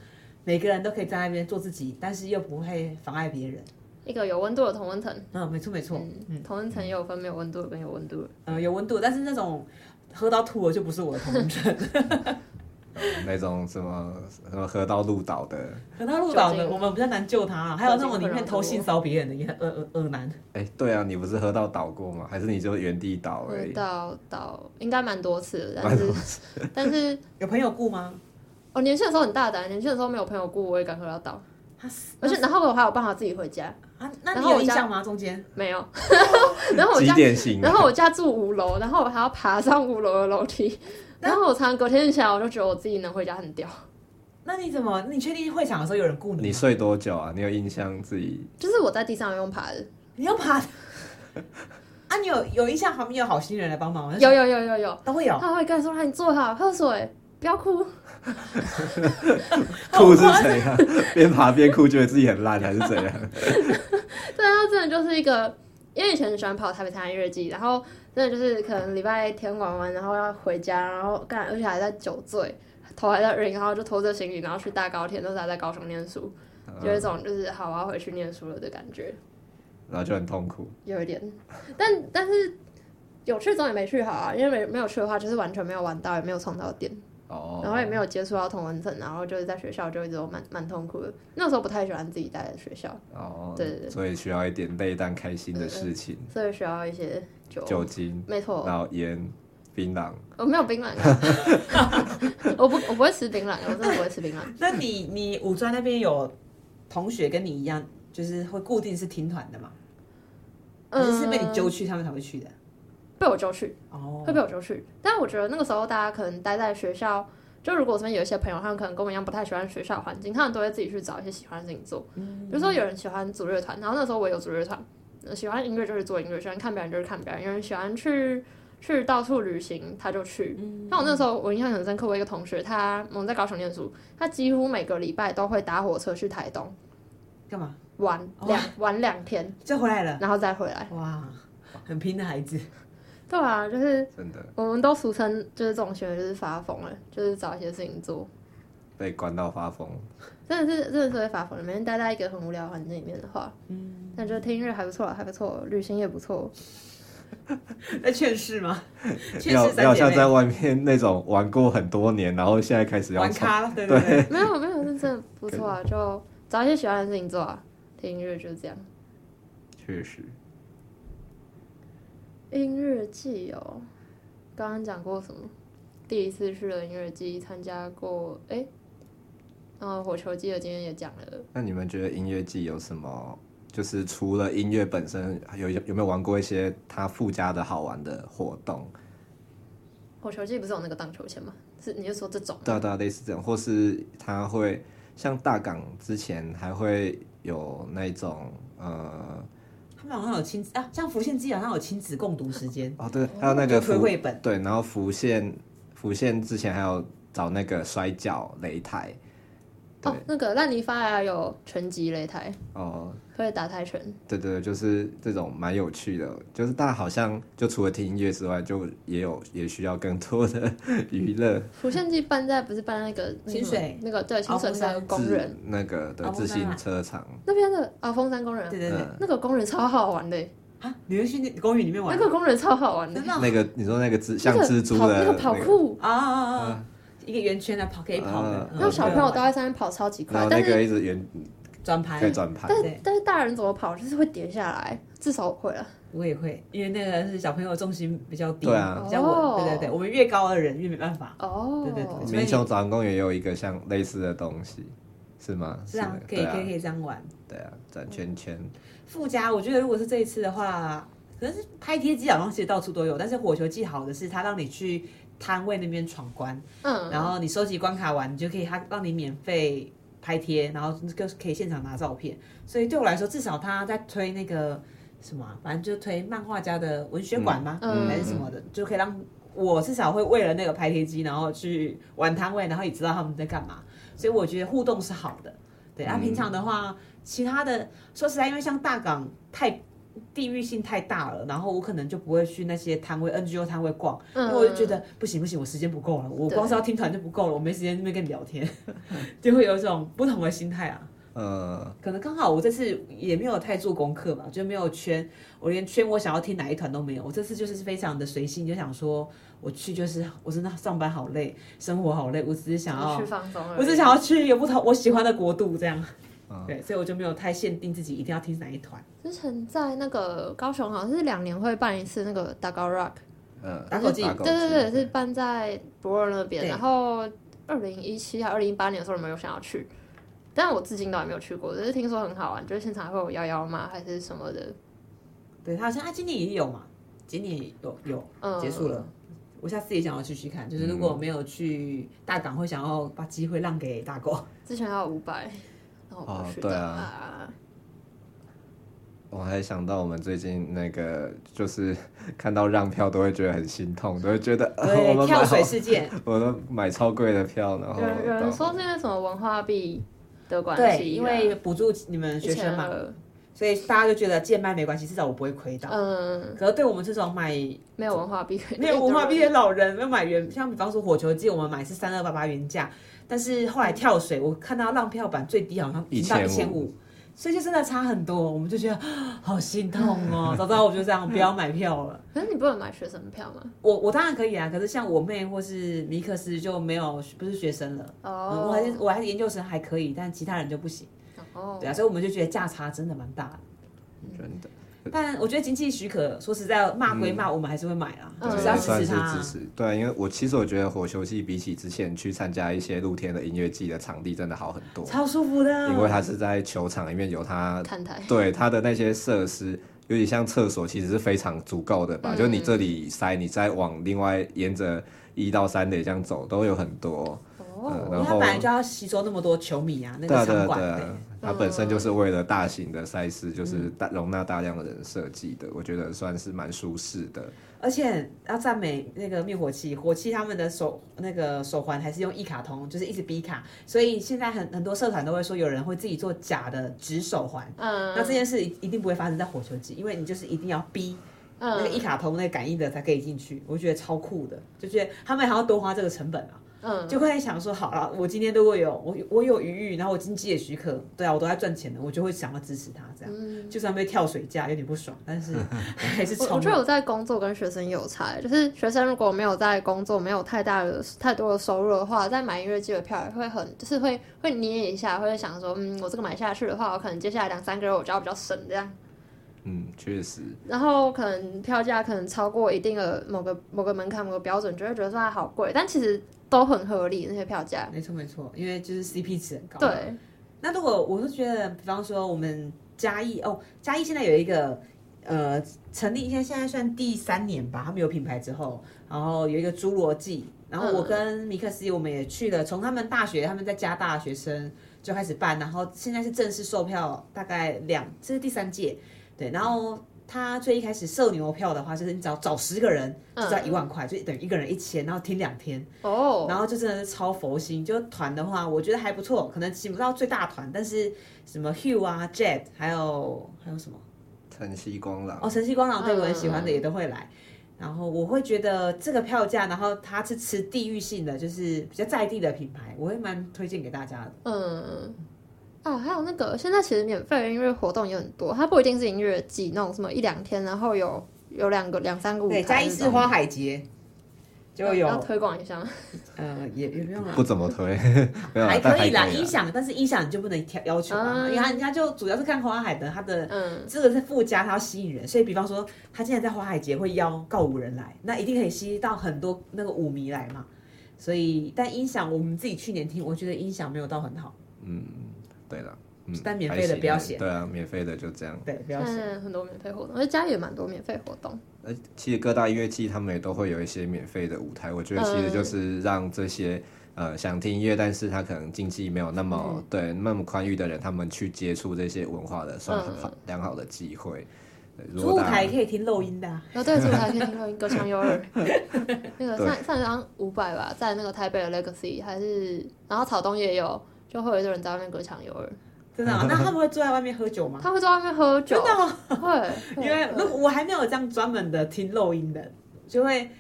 Speaker 3: 每个人都可以在那边做自己，但是又不会妨碍别人。
Speaker 2: 一个有温度的同温层，
Speaker 3: 嗯，没错没错，
Speaker 2: 嗯，同温层也有分没有温度的跟有温度的。
Speaker 3: 嗯、有温度，但是那种喝到吐了就不是我的同城，
Speaker 4: 那种什么什么河道路岛的，
Speaker 3: 喝到鹿岛
Speaker 2: 酒
Speaker 3: 的
Speaker 2: 精
Speaker 3: 我们比较难救他、啊，还有那种里面偷性骚别人的也很恶恶恶难。
Speaker 4: 哎、对啊，你不是河道岛过吗？还是你就原地岛而
Speaker 2: 我
Speaker 4: 已？
Speaker 2: 到到应该蛮多次的，但是但是
Speaker 3: 有朋友雇吗？
Speaker 2: 我年轻的时候很大胆，年轻的时候没有朋友雇，我也敢喝到倒，
Speaker 3: 他死
Speaker 2: 而且然后我还有办法自己回家，
Speaker 3: 啊，那
Speaker 2: 然
Speaker 3: 你
Speaker 2: 后我
Speaker 3: 有印
Speaker 2: 家
Speaker 3: 象吗？中间
Speaker 2: 没有。 然后我
Speaker 4: 哦几
Speaker 2: 家
Speaker 4: 点醒啊？
Speaker 2: 然后我家住五楼，然后我还要爬上五楼的楼梯，然后我常常隔天起来，我就觉得我自己能回家很屌，
Speaker 3: 那你怎么？你确定会场的时候有人雇你吗？
Speaker 4: 你睡多久啊？你有印象自己？
Speaker 2: 就是我在地上用爬的，
Speaker 3: 你要爬啊？你有有印象旁边有好心人来帮
Speaker 4: 啊
Speaker 3: 忙吗？
Speaker 2: 有有有有有，
Speaker 3: 都会有。
Speaker 2: 他会跟你说让你坐好，喝水，不要哭，
Speaker 4: 哭是怎样？边爬边哭，觉得自己很烂还是怎样？
Speaker 2: 对，他真的就是一个，因为以前很喜欢跑台北台南音乐季，然后真的就是可能礼拜天玩完，然后要回家，然后干，而且还在酒醉，头还在晕，然后就拖着行李，然后去搭高铁，那时候还在高雄念书，
Speaker 4: 嗯
Speaker 2: 有一种就是好，我要回去念书了的感觉，
Speaker 4: 然后就很痛苦。
Speaker 2: 有 一点，但但是。有去总也没去好啊，因为没没有去的话，就是完全没有玩到，也没有充到电，
Speaker 4: 哦，
Speaker 2: 然后也没有接触到同文层，然后就是在学校就一直都蛮蛮痛苦的。那时候不太喜欢自己待在学校，
Speaker 4: 哦，
Speaker 2: 对对对
Speaker 4: 所以需要一点累但开心的事情，
Speaker 2: 所以需要一些酒。
Speaker 4: 酒嗯精，
Speaker 2: 没错，
Speaker 4: 然后烟、槟榔，
Speaker 2: 我没有槟榔啊， 我不我不会吃槟榔，啊我真的不会吃槟榔。
Speaker 3: 那你你五专那边有同学跟你一样，就是会固定是听团的嘛？
Speaker 2: 嗯
Speaker 3: 还是是哦被你揪去他们才会去的？
Speaker 2: 被我揪去，
Speaker 3: 哦
Speaker 2: 会，被我揪去。但我觉得那个时候大家可能待在学校，就如果身边有一些朋友，他们可能跟我一样不太喜欢学校环境，他们都会自己去找一些喜欢的事情做。
Speaker 3: 嗯
Speaker 2: 比如说有人喜欢组乐团，然后那时候我也有组乐团，呃喜欢音乐就是做音乐，喜欢看表演就是看表演，有人喜欢去。去到处旅行，他就去。
Speaker 3: 嗯
Speaker 2: 像我那时候，我印象很深刻，我一个同学，他我们在高雄念书，他几乎每个礼拜都会搭火车去台东
Speaker 3: 干嘛？
Speaker 2: 玩两、玩两天，
Speaker 3: 就回来了？
Speaker 2: 然后再回来。
Speaker 3: 哇，很拼的孩子，
Speaker 2: 对啊，就是
Speaker 4: 真的
Speaker 2: 我们都俗称就是这种行为就是发疯了，就是找一些事情做，
Speaker 4: 被关到发疯。
Speaker 2: 真的是真的是会发疯的。每天待在一个很无聊的环境里面的话，嗯，那就听音乐还不错啊，还不错，旅行也不错。
Speaker 3: 在劝世吗？ 劝
Speaker 4: 要
Speaker 3: 世
Speaker 4: 要
Speaker 3: 三姐
Speaker 4: 像在
Speaker 3: 妹，
Speaker 4: 外面那种玩过很多年，然后现在开始要
Speaker 3: 玩
Speaker 4: 吵，
Speaker 3: 咖，对对 对。
Speaker 2: 没有没有，是真的不错啊，就找一些喜欢的事情做啊，听音乐就是这样。
Speaker 4: 确实
Speaker 2: 音乐季哦，刚刚讲过什么？第一次去了音乐季，参加过，哎、嗯、然后火球记得今天也讲了，
Speaker 4: 那你们觉得音乐季有什么？就是除了音乐本身，有有没有玩过一些它附加的好玩的活动？
Speaker 2: 火球记不是有那个荡秋千吗？是你是说这种？
Speaker 4: 对啊对啊，类似这种，或是它会像大港之前还会有那种呃
Speaker 3: 他们好像有亲子啊，像浮现机好像有亲子共读时间，
Speaker 4: 哦对，还有那个
Speaker 3: 就推
Speaker 4: 浮
Speaker 3: 绘本，
Speaker 4: 对，然后浮现浮现之前还有找那个摔跤擂台，对
Speaker 2: 哦，那个烂泥发芽有拳击擂台，
Speaker 4: 哦、
Speaker 2: 可以打泰拳。
Speaker 4: 对对对，就是这种蛮有趣的，就是大家好像就除了听音乐之外，就也有也需要更多的 娱乐，
Speaker 2: 浮现记办在不是办那个那个
Speaker 3: 清水
Speaker 2: 那个对清水
Speaker 3: 鳌峰
Speaker 2: 那个
Speaker 3: 山
Speaker 2: 工人
Speaker 4: 自那个的
Speaker 3: 哦
Speaker 4: 自
Speaker 3: 当然
Speaker 4: 行车场，
Speaker 2: 那边的啊峰山工人啊，
Speaker 3: 对对对，
Speaker 4: 嗯
Speaker 2: 那个工人超好玩的，
Speaker 3: 啊，你们去那公园里面玩
Speaker 2: 那个工人超好玩的
Speaker 3: 真，的哦
Speaker 4: 那个你说那个蜘
Speaker 2: 那
Speaker 4: 像
Speaker 2: 个
Speaker 4: 蜘蛛
Speaker 2: 跑
Speaker 4: 的
Speaker 2: 那个跑酷，
Speaker 3: 啊啊啊啊
Speaker 4: 啊
Speaker 3: 啊，一个圆圈来跑可以跑的
Speaker 4: 啊，
Speaker 3: 嗯
Speaker 2: 然后小朋友都
Speaker 3: 对
Speaker 2: 在上面跑超级
Speaker 4: 然
Speaker 2: 快
Speaker 4: 后，那
Speaker 2: 但
Speaker 4: 个
Speaker 2: 是
Speaker 4: 一直圆
Speaker 3: 转盘
Speaker 4: 可以，转盘，
Speaker 2: 但是
Speaker 3: 对
Speaker 2: 但是大人怎么跑就是会跌下来，至少我会了。
Speaker 3: 我也会，因为那个是小朋友重心比较低，
Speaker 4: 对啊
Speaker 3: 比较
Speaker 2: 哦
Speaker 3: 稳，对对对，我们越高的人越没办法，
Speaker 2: 哦，
Speaker 3: 对对对所以
Speaker 4: 民雄早安公园也有一个像类似的东西，是吗？
Speaker 3: 是啊
Speaker 4: 的，
Speaker 3: 可以
Speaker 4: 对
Speaker 3: 可以可
Speaker 4: 啊，
Speaker 3: 以这样玩。
Speaker 4: 对啊，转圈圈，
Speaker 3: 附加，我觉得如果是这一次的话，可是拍贴机好像其实到处都有，但是火球季好的是它让你去摊位那边闯关，
Speaker 2: 嗯，
Speaker 3: 然后你收集关卡完，你就可以它让你免费拍贴，然后就可以现场拿照片。所以对我来说，至少他在推那个什么啊、反正就推漫画家的文学馆嘛，
Speaker 2: 嗯嗯
Speaker 3: 还是什么的，就可以让我至少会为了那个拍贴机，然后去玩摊位，然后也知道他们在干嘛。所以我觉得互动是好的。对，啊，
Speaker 4: 嗯
Speaker 3: 平常的话，其他的说实在，因为像大港太地域性太大了，然后我可能就不会去那些摊位 NGO 摊位逛，因
Speaker 2: 嗯
Speaker 3: 为我就觉得不行不行，我时间不够了，我光是要听团就不够了，我没时间在那边跟你聊天， 就会有一种不同的心态啊。
Speaker 4: 呃，
Speaker 3: 可能刚好我这次也没有太做功课吧，就没有圈，我连圈我想要听哪一团都没有。我这次就是非常的随性，就想说我去就是我真的上班好累，生活好累，我只是想要
Speaker 2: 去放松而已，
Speaker 3: 我只想要去有不同我喜欢的国度这样。
Speaker 4: 嗯
Speaker 3: 对，所以我就没有太限定自己一定要听哪一团。
Speaker 2: 之前在那个高雄好像是两年会办一次那个大高 rock，
Speaker 4: 呃，
Speaker 3: 打狗机
Speaker 4: 打狗
Speaker 2: 对对对，是办在博尔那边。
Speaker 3: 对
Speaker 2: 然后二零一七还二零一八年的时候，我们有想要去，但我至今都还没有去过，只是听说很好玩，就是现场会有摇摇马还是什么的。
Speaker 3: 对他好像他今年也有嘛，今年也有有、
Speaker 2: 嗯
Speaker 3: 结束了。我下次也想要去去看，就是如果没有去大港，会想要把机会让给大狗。
Speaker 2: 之前还有五百，然后我没有去
Speaker 4: 哦对
Speaker 2: 的
Speaker 4: 啊
Speaker 2: 啊。
Speaker 4: 我还想到我们最近那个，就是看到让票都会觉得很心痛，都会觉得、呃、 我
Speaker 3: 对，
Speaker 4: 们
Speaker 3: 跳
Speaker 4: 买好
Speaker 3: 水，事件，
Speaker 4: 我都买超贵的票，然后
Speaker 2: 有人有
Speaker 4: 到
Speaker 2: 人说是因为什么文化币的关系啊，
Speaker 3: 对，因为补助你们学生嘛，
Speaker 2: 1200
Speaker 3: 所以大家就觉得贱卖没关系，至少我不会亏到。
Speaker 2: 嗯，
Speaker 3: 可是对我们这种买
Speaker 2: 没有文化币，
Speaker 4: 哎
Speaker 3: 没有文化币的老人，没有买原，像比方说火球季，我们买是三二八八原价，但是后来跳水，我看到浪票版最低好像已经到一千
Speaker 4: 1500
Speaker 3: 五，所以就真的差很多，我们就觉得 啊好心痛哦。早知道我就这样不要买票了。
Speaker 2: 可是你不能买学生票吗？
Speaker 3: 我我当然可以啊，可是像我妹或是尼克斯就没有不是学生了，嗯我还是
Speaker 2: 哦，
Speaker 3: 我还是研究生还可以，但其他人就不行。
Speaker 2: 哦
Speaker 3: 对，啊，所以我们就觉得价差真的蛮大的。
Speaker 4: 真的，
Speaker 3: 但我觉得经济许可，说实在骂归骂，我们还是会买啦，
Speaker 2: 嗯
Speaker 3: 就
Speaker 4: 对
Speaker 3: 是要
Speaker 4: 也
Speaker 3: 支
Speaker 4: 算
Speaker 3: 持
Speaker 4: 是
Speaker 3: 他啊
Speaker 4: 支。持。对啊，因为我其实我觉得火球季比起之前去参加一些露天的音乐季的场地真的好很多，
Speaker 3: 超舒服的，
Speaker 4: 因为它是在球场里面有它
Speaker 2: 看台，
Speaker 4: 对它的那些设施，尤其像厕所，其实是非常足够的吧？
Speaker 2: 嗯
Speaker 4: 就你这里塞，你再往另外沿着一到三垒这样走，都有很多。嗯
Speaker 2: 哦，
Speaker 3: 因
Speaker 4: 然
Speaker 3: 为他
Speaker 4: 后
Speaker 3: 本来就要吸收那么多球迷啊，那
Speaker 4: 对
Speaker 3: 个
Speaker 4: 啊，对
Speaker 3: 场
Speaker 4: 啊，
Speaker 3: 馆
Speaker 4: 对
Speaker 3: 对
Speaker 4: 啊，它本身就是为了大型的赛事，
Speaker 3: 嗯
Speaker 4: 就是大容纳大量的人设计的，我觉得算是蛮舒适的。
Speaker 3: 而且要赞美那个灭火器，火器他们的手那个手环还是用一卡通，就是一直逼卡，所以现在很很多社团都会说有人会自己做假的纸手环。
Speaker 2: 嗯，
Speaker 3: 那这件事一一定不会发生在火球季，因为你就是一定要逼那个一
Speaker 2: 嗯
Speaker 3: 卡通那个感应的才可以进去，我觉得超酷的，就觉得他们还要多花这个成本啊。
Speaker 2: 嗯，
Speaker 3: 就会想说，好了，我今天如果有我我有余裕，然后我经济也许可，对啊，我都在赚钱的，我就会想要支持他这样。就算被跳水架有点不爽，但是 还是
Speaker 2: 嗯我
Speaker 3: 冲
Speaker 2: 我觉
Speaker 3: 了。
Speaker 2: 得我在工作跟学生有差，欸就是学生如果没有在工作，没有太大的太多的收入的话，在买音乐季的票也会很，就是会会捏一下，会想说，嗯，我这个买下去的话，我可能接下来两三个月我就要比较省这样。
Speaker 4: 嗯，确实，
Speaker 2: 然后可能票价可能超过一定的某个某个门槛、某个标准，就会觉得说它啊好贵，但其实都很合理那些票价。
Speaker 3: 没错没错，因为就是 CP 值很高。
Speaker 2: 对，
Speaker 3: 那如果我是觉得，比方说我们嘉义哦，嘉义现在有一个呃成立，现在现在算第三年吧，他们有品牌之后，然后有一个侏罗纪，然后我跟米克斯我们也去了，从他们大学他们在加大学生就开始办，然后现在是正式售票，大概两这是第三届，对，然后。他最一开始售牛票的话，就是你只要找十个人，就只要一万块，就等于一个人一千，然后停两天。
Speaker 2: 哦，
Speaker 3: 然后就真的是超佛心。就团的话，我觉得还不错，可能请不到最大团，但是什么 Hugh 啊、Jet，还有还有什么
Speaker 4: 晨曦光
Speaker 3: 哦，
Speaker 4: 朗，
Speaker 3: 晨曦光廊对我很喜欢的
Speaker 2: 嗯
Speaker 3: 也都会来。然后我会觉得这个票价，然后它是吃地域性的，就是比较在地的品牌，我会蛮推荐给大家的。
Speaker 2: 嗯，啊，还有那个，现在其实免费的音乐活动也很多，它不一定是音乐季那种什么一两天，然后有有两个两三个舞台
Speaker 3: 对，
Speaker 2: 那种，
Speaker 3: 嘉义市花海节哦就
Speaker 2: 要
Speaker 3: 有，
Speaker 2: 推广一下吗。
Speaker 3: 呃，也也不用了
Speaker 4: 不。怎 么推，没有啦啊
Speaker 3: 还
Speaker 4: 但
Speaker 3: 哎可以啦，
Speaker 4: 可以
Speaker 3: 音响，但是音响你就不能挑要求啊，因
Speaker 2: 嗯
Speaker 3: 为他人家就主要是看花海的，他的
Speaker 2: 嗯，
Speaker 3: 这个是附加，它要吸引人，所以比方说，他现在在花海节会邀告五人来，那一定可以吸到很多那个舞迷来嘛。所以，但音响我们自己去年听，我觉得音响没有到很好，
Speaker 4: 对了，嗯，
Speaker 3: 但免费的
Speaker 4: 还行
Speaker 3: 不要写
Speaker 4: 对啊，免费的就这样。
Speaker 3: 对，不要
Speaker 2: 现
Speaker 3: 写。
Speaker 2: 在很多免费活动，而且嘉义也蛮多免费活动。
Speaker 4: 呃，其实各大音乐季他们也都会有一些免费的舞台，我
Speaker 3: 嗯
Speaker 4: 觉得其实就是让这些、呃想听音乐，但是他可能经济没有那么、
Speaker 3: 嗯
Speaker 4: 对那么宽裕的人，他们去接触这些文化的算很好、良好的机会。对如
Speaker 3: 嗯主
Speaker 4: 果
Speaker 3: 舞
Speaker 4: 大家
Speaker 3: 台可以听漏音的、啊，
Speaker 2: 然后对，这我还可以听到歌唱优 儿，那个上上一张五百吧，在那个台北的 Legacy 还是，然后草东也有，就会有一个人在外面歌唱优儿，
Speaker 3: 真的、啊？那他们会坐在外面喝酒吗？
Speaker 2: 他会在外面喝酒，
Speaker 3: 真的吗？
Speaker 2: 会，
Speaker 3: 因
Speaker 2: 会
Speaker 3: 为
Speaker 2: 会
Speaker 3: 如果我还没有这样专门的听漏音的，就会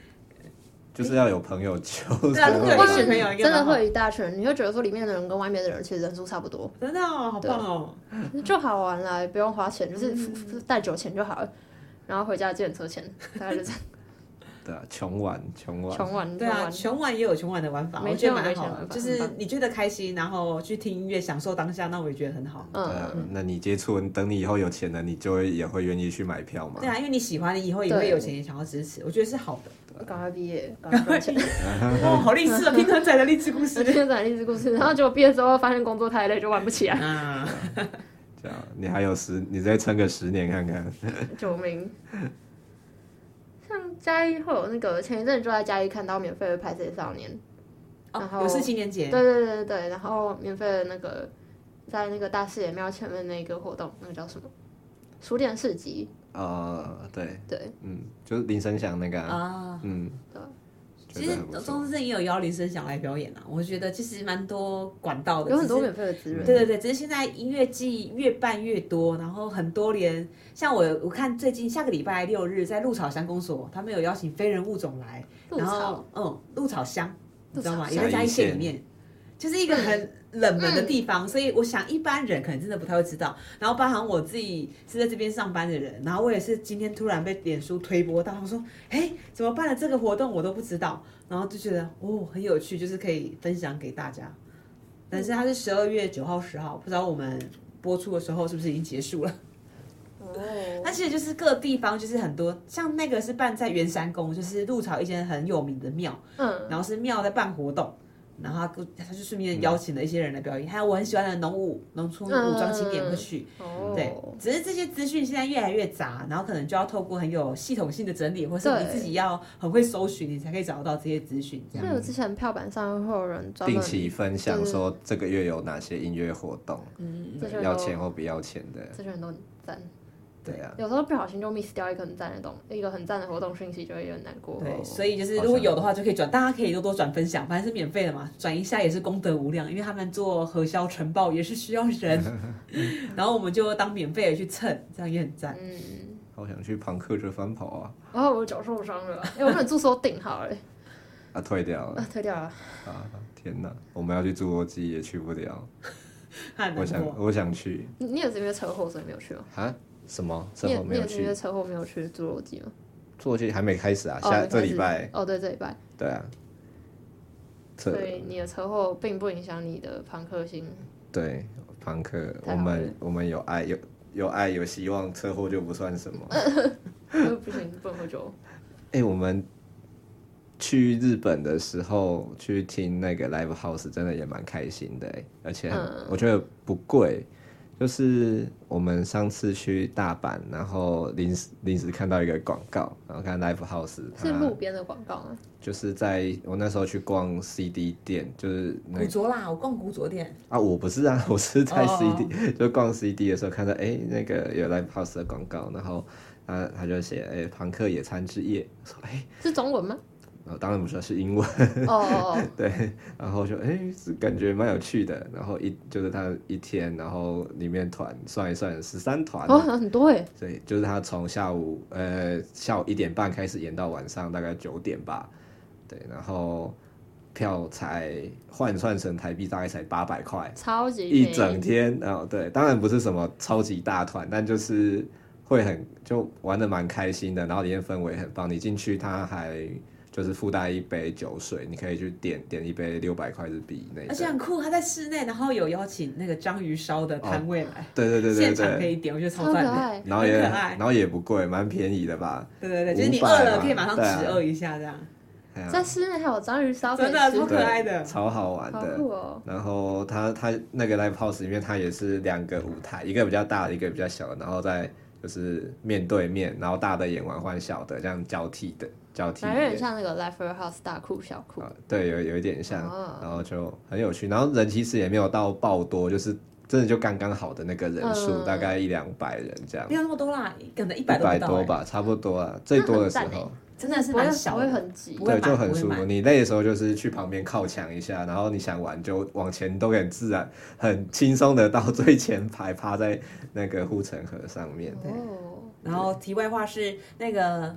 Speaker 4: 就是要有朋友揪，
Speaker 3: 对 啊
Speaker 4: 才
Speaker 3: 如
Speaker 4: 会
Speaker 3: 果有一群
Speaker 2: 外
Speaker 3: 朋
Speaker 2: 面
Speaker 3: 友应该蛮
Speaker 2: 真的
Speaker 3: 好
Speaker 2: 会有一大群人，你会觉得说里面的人跟外面的人其实人数差 不多，
Speaker 3: 真的、哦、好棒哦！
Speaker 2: 就好玩啦，也不用花钱，就是就是带酒钱就好了，然后回家借车钱，大概就这样，
Speaker 4: 对啊，穷玩穷玩，
Speaker 2: 穷玩，
Speaker 3: 对
Speaker 2: 穷
Speaker 3: 啊，
Speaker 2: 玩
Speaker 3: 穷玩也有穷玩的玩法，
Speaker 2: 没
Speaker 3: 我觉得
Speaker 2: 错
Speaker 3: 蛮
Speaker 2: 没错
Speaker 3: 好的。
Speaker 2: 玩法
Speaker 3: 就是
Speaker 2: 很棒
Speaker 3: 你觉得开心，然后去听音乐，享受当下，那我也觉得很好。
Speaker 4: 对啊
Speaker 2: 嗯，
Speaker 4: 那你接触，等你以后有钱了，你就会也会愿意去买票嘛
Speaker 3: 对。啊，因为你喜欢，你以后也会
Speaker 2: 对
Speaker 3: 有钱，也想要支持，我觉得是好的。
Speaker 2: 赶快毕业，赶快赚钱。
Speaker 3: 哦，好励志啊！平常仔的励志故
Speaker 2: 是
Speaker 3: 事。
Speaker 2: 编转励志故事，然后结果毕业之后发现工作太累，就玩不起来，
Speaker 3: 啊，
Speaker 4: 这样，你还有十，你再撑个十年看看。
Speaker 2: 救命！像嘉义会有那个前一阵就在嘉义看到免费的《拍摄少年》，然
Speaker 3: 哦，
Speaker 2: 后
Speaker 3: 有事青年节
Speaker 2: 对，对对对对，然后免费的那个在那个大视野庙前面那个活动，那个叫什么？书店市集，
Speaker 4: 呃，对，
Speaker 2: 对，
Speaker 4: 嗯，就是林声祥那个啊，
Speaker 3: 啊，
Speaker 4: 嗯，
Speaker 2: 对
Speaker 4: 觉
Speaker 3: 其
Speaker 4: 得
Speaker 3: 实
Speaker 4: 很不错。
Speaker 3: 中正也有邀林声祥来表演啊，我觉得其实蛮多管道的，
Speaker 2: 有很多
Speaker 3: 只是
Speaker 2: 免费的资源。
Speaker 3: 对对对，只是现在音乐季越办越多，然后很多连像我我看最近下个礼拜六日在鹿草乡公所，他们有邀请非人物种来，
Speaker 2: 鹿
Speaker 3: 然
Speaker 2: 草
Speaker 3: 后嗯，鹿草乡，你知道吗？
Speaker 2: 鹿草
Speaker 3: 也
Speaker 2: 乡
Speaker 3: 在嘉义县里面，就是一个很冷门的地方，所以我想一般人可能真的不太会知道。然后包含我自己是在这边上班的人，然后我也是今天突然被脸书推播到，我说哎怎么办了这个活动我都不知道，然后就觉得哦很有趣，就是可以分享给大家。但是它是十二月九号、十号，不知道我们播出的时候是不是已经结束了？
Speaker 2: 哦
Speaker 3: 那，其实就是各地方就是很多，像那个是办在圆山宫，就是鹿草一间很有名的庙，
Speaker 2: 嗯，
Speaker 3: 然后是庙在办活动，然后他他就顺便邀请了一些人来表演，还有我很喜欢的农舞、农村
Speaker 2: 嗯
Speaker 3: 武装青年会去。
Speaker 2: 哦，
Speaker 3: 对，
Speaker 4: 嗯
Speaker 3: 只是这些资讯现在越来越杂，然后可能就要透过很有系统性的整理，或是你
Speaker 2: 对
Speaker 3: 自己要很会搜寻，你才可以找得到这些资讯。这
Speaker 2: 所
Speaker 3: 样
Speaker 2: 以我之前票板上会有人专
Speaker 4: 定
Speaker 2: 门
Speaker 4: 期分享说这个月有哪些音乐活动，
Speaker 2: 这些
Speaker 4: 对
Speaker 2: 人
Speaker 4: 要
Speaker 2: 都
Speaker 4: 钱或不要钱的，
Speaker 2: 这些人都很赞，
Speaker 4: 对啊，
Speaker 2: 有时候不小心就 miss 掉一个很赞的东，一个很赞的活动讯息，就会有点难过。
Speaker 3: 对，
Speaker 4: 哦
Speaker 3: 所以就是
Speaker 4: 好
Speaker 3: 如果
Speaker 4: 像
Speaker 3: 有的话就可以转，大家可以多多转分享，反正是免费的嘛，转一下也是功德无量，因为他们做核销晨报也是需要 人，然后我们就当免费的去蹭，这样也很赞。
Speaker 2: 嗯，
Speaker 4: 好想去朋克这翻跑啊，
Speaker 2: 然后我脚受伤 了，哎、我本住宿订好了，
Speaker 4: 啊，退掉了
Speaker 2: 啊，退掉了。
Speaker 4: 啊， 天哪，我们要去侏罗纪也去不了，
Speaker 3: 他很
Speaker 4: 我
Speaker 3: 难
Speaker 4: 想
Speaker 3: 过，
Speaker 4: 我想去
Speaker 2: 你你也是因为车祸所以没有去吗？
Speaker 4: 啊，什么？
Speaker 2: 你
Speaker 4: 这
Speaker 2: 也
Speaker 4: 我
Speaker 2: 你
Speaker 4: 没有
Speaker 2: 也是因为
Speaker 4: 去，
Speaker 2: 车祸没有去侏罗纪吗？
Speaker 4: 侏罗纪还没开始啊，
Speaker 2: 哦
Speaker 4: 下
Speaker 2: 没
Speaker 4: 这
Speaker 2: 开
Speaker 4: 礼
Speaker 2: 始
Speaker 4: 拜，
Speaker 2: 哦，对，这礼拜，
Speaker 4: 对啊，
Speaker 2: 所
Speaker 4: 这
Speaker 2: 以你的车祸并不影响你的朋克心。
Speaker 4: 对朋克，
Speaker 2: 太好
Speaker 4: 我
Speaker 2: 了
Speaker 4: 们我们有爱有有爱有希望，车祸就不算什么。
Speaker 2: 呃不行，不能喝 酒。
Speaker 4: 哎、我们去日本的时候去听那个 live house，真的也蛮开心的、欸，而且很
Speaker 2: 嗯
Speaker 4: 我觉得不贵。就是我们上次去大阪，然后临时临时看到一个广告，然后看 live house，
Speaker 2: 是
Speaker 4: 它
Speaker 2: 路边的广告吗？
Speaker 4: 就是在我那时候去逛 CD 店，就是那
Speaker 3: 古着啦，我逛古着店，
Speaker 4: 啊，我不是啊，我 是在
Speaker 3: 哦
Speaker 4: CD、就逛 CD 的时候看到，哎、那个有 Live House 的广告，然后他他就写，哎、朋克野餐之夜，我说，哎、
Speaker 2: 是中文 吗？
Speaker 4: 呃当然不是，是英文，
Speaker 2: 哦 哦哦，
Speaker 4: 对，然后就哎、是感觉蛮有趣的，然后一就是他一天，然后里面团算一算十三团，
Speaker 2: 哦，很多哎，
Speaker 4: 所以就是他从下午呃下午一点半开始演到晚上大概九点吧，对，然后票才换算成台币大概才八百块。
Speaker 2: 超级
Speaker 4: 一
Speaker 2: 便宜
Speaker 4: 整天哦，对，当然不是什么超级大团，但就是会很就玩的蛮开心的，然后里面氛围很棒。你进去，它还就是附带一杯酒水，你可以去点点一杯六百块日币那
Speaker 3: 而且
Speaker 4: 种。
Speaker 3: 很酷。他在室内，然后有邀请那个章鱼烧的摊位来，
Speaker 4: 对对对对
Speaker 3: 现场可
Speaker 4: 对，
Speaker 3: 以点，我觉得超
Speaker 2: 超可
Speaker 3: 赞的。
Speaker 2: 爱。
Speaker 4: 然后也
Speaker 3: 很可爱
Speaker 4: 然后也不贵，蛮便宜的吧？
Speaker 3: 对对对，就是你
Speaker 4: 500
Speaker 3: 饿了
Speaker 4: 嘛
Speaker 3: 可以马上
Speaker 4: 对啊
Speaker 3: 止饿一下，这样、
Speaker 4: 哎呀
Speaker 2: 在室内还有章鱼烧可以
Speaker 3: 真的啊超
Speaker 2: 吃，
Speaker 3: 可爱的
Speaker 4: 对超好玩
Speaker 2: 好
Speaker 4: 的。
Speaker 2: 酷哦！
Speaker 4: 然后它它那个 live house 里面，它也是两个舞台，一个比较大的，一个比较小的，然后再就是面对面，然后大的演完换小的，这样交替的交替
Speaker 2: 反正有点
Speaker 4: 演。
Speaker 2: 像那个 Lifer House 大酷小酷，
Speaker 3: 哦
Speaker 4: 啊，对，有有一点像，
Speaker 2: 哦
Speaker 4: 然后就很有趣。然后人其实也没有到爆多，就是真的就刚刚好的那个人数，
Speaker 2: 嗯
Speaker 4: 大概一两百人这样
Speaker 3: 没，有那么多啦，可能一
Speaker 4: 一
Speaker 3: 百都不到、
Speaker 4: 多
Speaker 3: 欸，
Speaker 4: 吧，差不多啊，最多的时
Speaker 2: 那很
Speaker 4: 候。
Speaker 3: 真的是
Speaker 2: 不会
Speaker 3: 蛮
Speaker 2: 不
Speaker 3: 小
Speaker 2: 会
Speaker 3: 的。
Speaker 2: 很挤
Speaker 3: 不，会买
Speaker 4: 对，就
Speaker 3: 不
Speaker 4: 很
Speaker 3: 会
Speaker 4: 舒服。
Speaker 3: 买
Speaker 4: 你累的时候就是去旁边靠墙一下，然后你想玩就往前都很自然、很轻松的到最前排，趴在那个护城河上面。
Speaker 2: 哦，
Speaker 3: 然后题外话是那个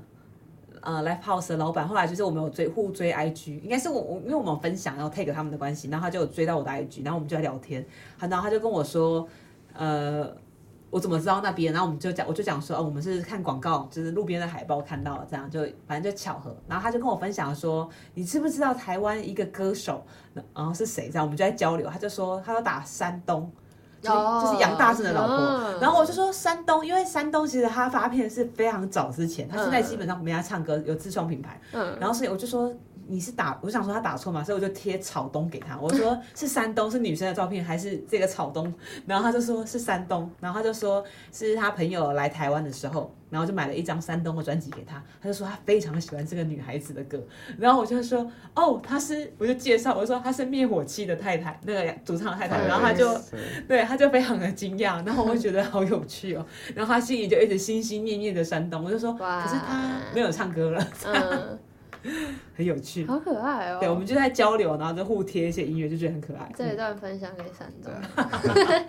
Speaker 3: 呃 Live House 的老板，后来就是我们有追互追 IG，应该是我我因为我们有分享然后 take 他们的关系，然后他就有追到我的 IG，然后我们就在聊天，然后他就跟我说，呃。我怎么知道那边？然后我们就讲，我就讲说，哦，我们是看广告，就是路边的海报看到了，这样就反正就巧合。然后他就跟我分享说，你知不知道台湾一个歌手，然后是谁？这样我们就在交流。他就说，他要打山东，就是
Speaker 2: 哦
Speaker 3: 就是杨大正的老婆。
Speaker 2: 嗯
Speaker 3: 然后我就说山东，因为山东其实他发片是非常早之前，他现在基本上没在唱歌，有自创品牌。
Speaker 2: 嗯，
Speaker 3: 然后所以我就说你是打，我想说他打错嘛，所以我就贴草东给他，我 说是山东是女生的照片还是这个草东？然后他就说是山东，然后他就说是他朋友来台湾的时候，然后就买了一张山东的专辑给他，他就说他非常喜欢这个女孩子的歌，然后我就说哦，她是，我就介绍我就说她是灭火器的太太，那个主唱的太
Speaker 4: 对，
Speaker 3: 太，然后他就。
Speaker 4: 对
Speaker 3: 对，他就非常的惊讶，然后我就觉得好有趣哦， 然后他心里就一直心心念念的山东，我就说，
Speaker 2: 哇
Speaker 3: 可是他没有唱歌了，
Speaker 2: 嗯，
Speaker 3: 很有趣。
Speaker 2: 好可爱
Speaker 3: 对，我
Speaker 2: 哦。
Speaker 3: 们就在交流，然后就互贴一些音乐，就觉得很可爱。
Speaker 2: 这一段分享给山 东
Speaker 4: 对，啊
Speaker 3: 嗯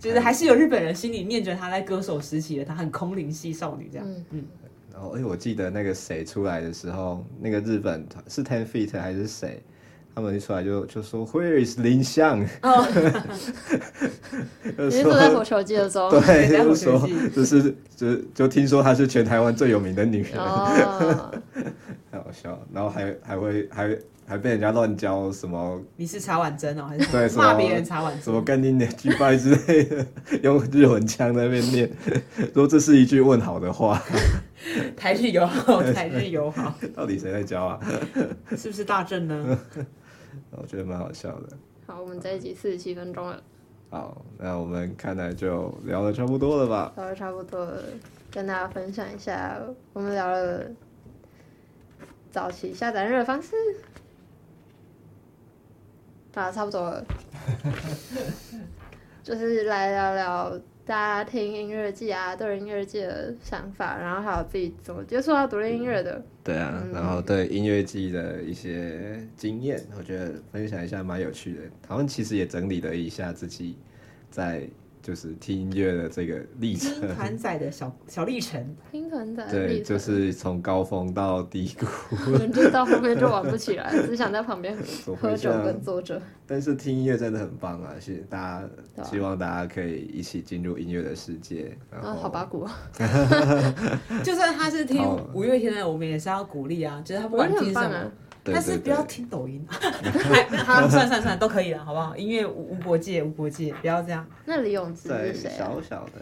Speaker 3: 就是还是有日本人心里念着他在歌手时期的他很空灵系少女这样。
Speaker 2: 嗯，
Speaker 4: 然后哎、我记得那个谁出来的时候，那个日本团是 Ten Feet 还是谁？他们一出来就就说 Where is 林相？
Speaker 3: 哦，
Speaker 4: 就
Speaker 2: 你是坐在火
Speaker 4: 说
Speaker 2: 球季的时候，
Speaker 4: 哦 对，
Speaker 3: 在
Speaker 4: 就
Speaker 3: 火
Speaker 4: 是
Speaker 3: 球
Speaker 4: 说
Speaker 3: 季
Speaker 4: 就是就就听说她是全台湾最有名的女人。
Speaker 2: 哦，
Speaker 4: 太好笑了，然后还还会还还被人家乱教什么
Speaker 3: 你是茶碗蒸哦，还
Speaker 4: 对
Speaker 3: 是
Speaker 4: 什么
Speaker 3: 骂别人茶碗
Speaker 4: 什么
Speaker 3: 蒸？
Speaker 4: 干你娘鸡掰之类的，用日文腔在那边念， 说这是一句问好的话，
Speaker 3: 台日友好，台日友好，
Speaker 4: 到底谁在教啊？
Speaker 3: 是不是大正 呢？
Speaker 4: 我觉得蛮好笑的。
Speaker 2: 好，我们这一集四十七分钟了，
Speaker 4: 好，那我们看来就聊的差不多了吧？
Speaker 2: 聊的差不多了，跟大家分享一下，我们聊了早期下载日的方式，啊，差不多了，就是来聊聊大家听音乐季啊，对音乐季的想法，然后还有自己怎么接触到独立音乐的，
Speaker 4: 对啊，然后对音乐季的一些经验，我觉得分享一下蛮有趣的。好像其实也整理了一下自己在就是听音乐的这个历
Speaker 3: 金
Speaker 4: 程。
Speaker 3: 团仔的小小历程，
Speaker 2: 听团仔的
Speaker 4: 对，
Speaker 2: 历程，
Speaker 4: 就是从高峰到低谷，
Speaker 2: 我们就到后面就玩不起来，只想在旁边
Speaker 4: 走
Speaker 2: 喝
Speaker 4: 回
Speaker 2: 酒
Speaker 4: 向
Speaker 2: 跟坐着。
Speaker 4: 但是听音乐真的很棒啊！是大家
Speaker 2: 对啊
Speaker 4: 希望大家可以一起进入音乐的世界，然
Speaker 3: 哦
Speaker 2: 啊，
Speaker 4: 后
Speaker 2: 好八股，
Speaker 3: 就算他是听
Speaker 4: 好
Speaker 3: 五月天的，我们也是要鼓励啊，就是他不
Speaker 2: 我
Speaker 3: 管
Speaker 2: 觉得
Speaker 3: 听
Speaker 2: 很
Speaker 3: 什
Speaker 2: 棒
Speaker 3: 么
Speaker 2: 啊。。
Speaker 4: 对
Speaker 3: 但是
Speaker 4: 对
Speaker 3: 不要
Speaker 4: 对，
Speaker 3: 听抖 音，哎好，算了算了算了，都可以了，好不好？音乐无无国界，无国界，不要这样。
Speaker 2: 那李永芝
Speaker 4: 在
Speaker 2: 是谁啊？
Speaker 4: 小小的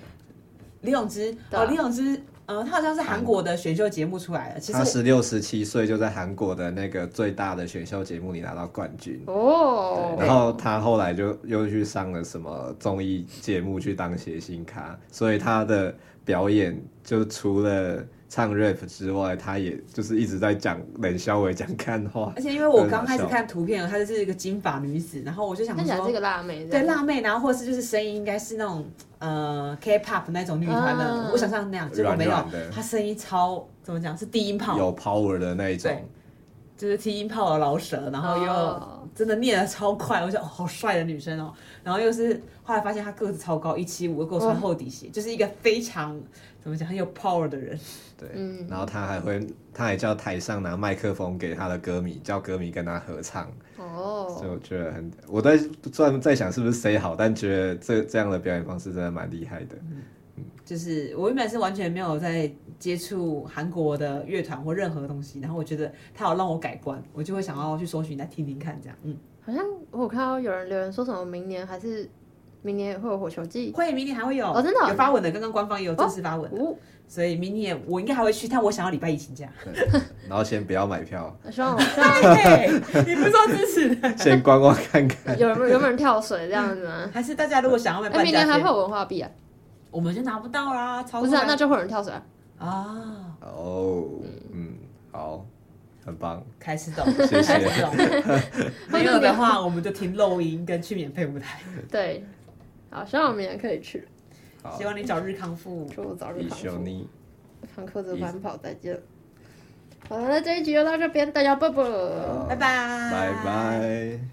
Speaker 3: 李永芝
Speaker 2: 对啊
Speaker 3: 哦，李永芝，呃，他好像是韩国的选秀节目出来的。其实
Speaker 4: 他
Speaker 3: 我
Speaker 4: 十六十七岁就在韩国的那个最大的选秀节目里拿到冠军，
Speaker 2: 哦，
Speaker 4: 然后他后来就又去上了什么综艺节目去当谐星咖，所以他的表演就除了唱 rap 之外，他也就是一直在讲冷笑话、讲干话
Speaker 3: 而。且因为我
Speaker 4: 很
Speaker 3: 刚
Speaker 4: 好
Speaker 3: 开始
Speaker 4: 笑
Speaker 3: 看图片，她就是一个金发女子，然后我就想
Speaker 2: 看起来是
Speaker 3: 说
Speaker 2: 个，辣妹，
Speaker 3: 对，辣妹，然后或者是就是声音应该是那种呃 K-pop 那种女团的
Speaker 2: 嗯，
Speaker 3: 我想象那样，结果没有
Speaker 4: 软软的，
Speaker 3: 她声音超怎么讲是低音炮，
Speaker 4: 有 power 的那一种
Speaker 3: 对，就是低音炮的老舌，然后
Speaker 2: 哦
Speaker 3: 又真的念的超快，我想哦好帅的女生哦，然后又是后来发现她个子超高一七五，又给我穿厚底
Speaker 2: 嗯
Speaker 3: 鞋，就是一个非常怎么讲很有 power 的人，
Speaker 4: 对，
Speaker 2: 嗯
Speaker 4: 然后他还会，他还叫台上拿麦克风给他的歌迷，叫歌迷跟他合唱，所以
Speaker 2: 哦，
Speaker 4: 我觉得很，我在虽然在想是不是 say 好，但觉得这这样的表演方式真的蛮厉害的。
Speaker 3: 就是我原本是完全没有在接触韩国的乐团或任何东西，然后我觉得它有让我改观，我就会想要去搜寻再听听看这样。嗯，
Speaker 2: 好像我有看到有人留言说什么明年还是明年也会有火球季，
Speaker 3: 会明年还会有
Speaker 2: 哦真的哦
Speaker 3: 有发文的，刚刚官方也有正式发文的，
Speaker 2: 哦，
Speaker 3: 所以明年我应该还会去，但我想要礼拜一请假。
Speaker 4: 然后先不要买票，
Speaker 2: 希望我希
Speaker 3: 对， 你不是说支持的？
Speaker 4: 先观望看
Speaker 2: 望
Speaker 4: 看。
Speaker 2: 有人 有没有人跳水这样 子吗？
Speaker 3: 还是大家如果想要买
Speaker 2: 哎，
Speaker 3: 半
Speaker 2: 明
Speaker 3: 价
Speaker 2: 年还
Speaker 3: 券
Speaker 2: 会，有文化币啊？
Speaker 3: 我们就拿不到啦，超
Speaker 2: 不是啊，那就会有人跳水啊。
Speaker 3: 啊，
Speaker 4: 哦，嗯，好，很棒，
Speaker 3: 开始懂，
Speaker 4: 谢谢
Speaker 3: 开始懂。 没有的话，我们就听录音跟去免费舞台。
Speaker 2: 对，好，希望我明年可以去，
Speaker 4: 好
Speaker 3: 希，望你早日康复。
Speaker 2: 祝我早日
Speaker 4: 以
Speaker 2: 康
Speaker 4: 修
Speaker 2: 复。
Speaker 4: 尼，
Speaker 2: 康克子环跑，再见。好了，那这一集就到这边，大家拜拜。
Speaker 4: 好
Speaker 3: 拜拜，
Speaker 4: 拜拜。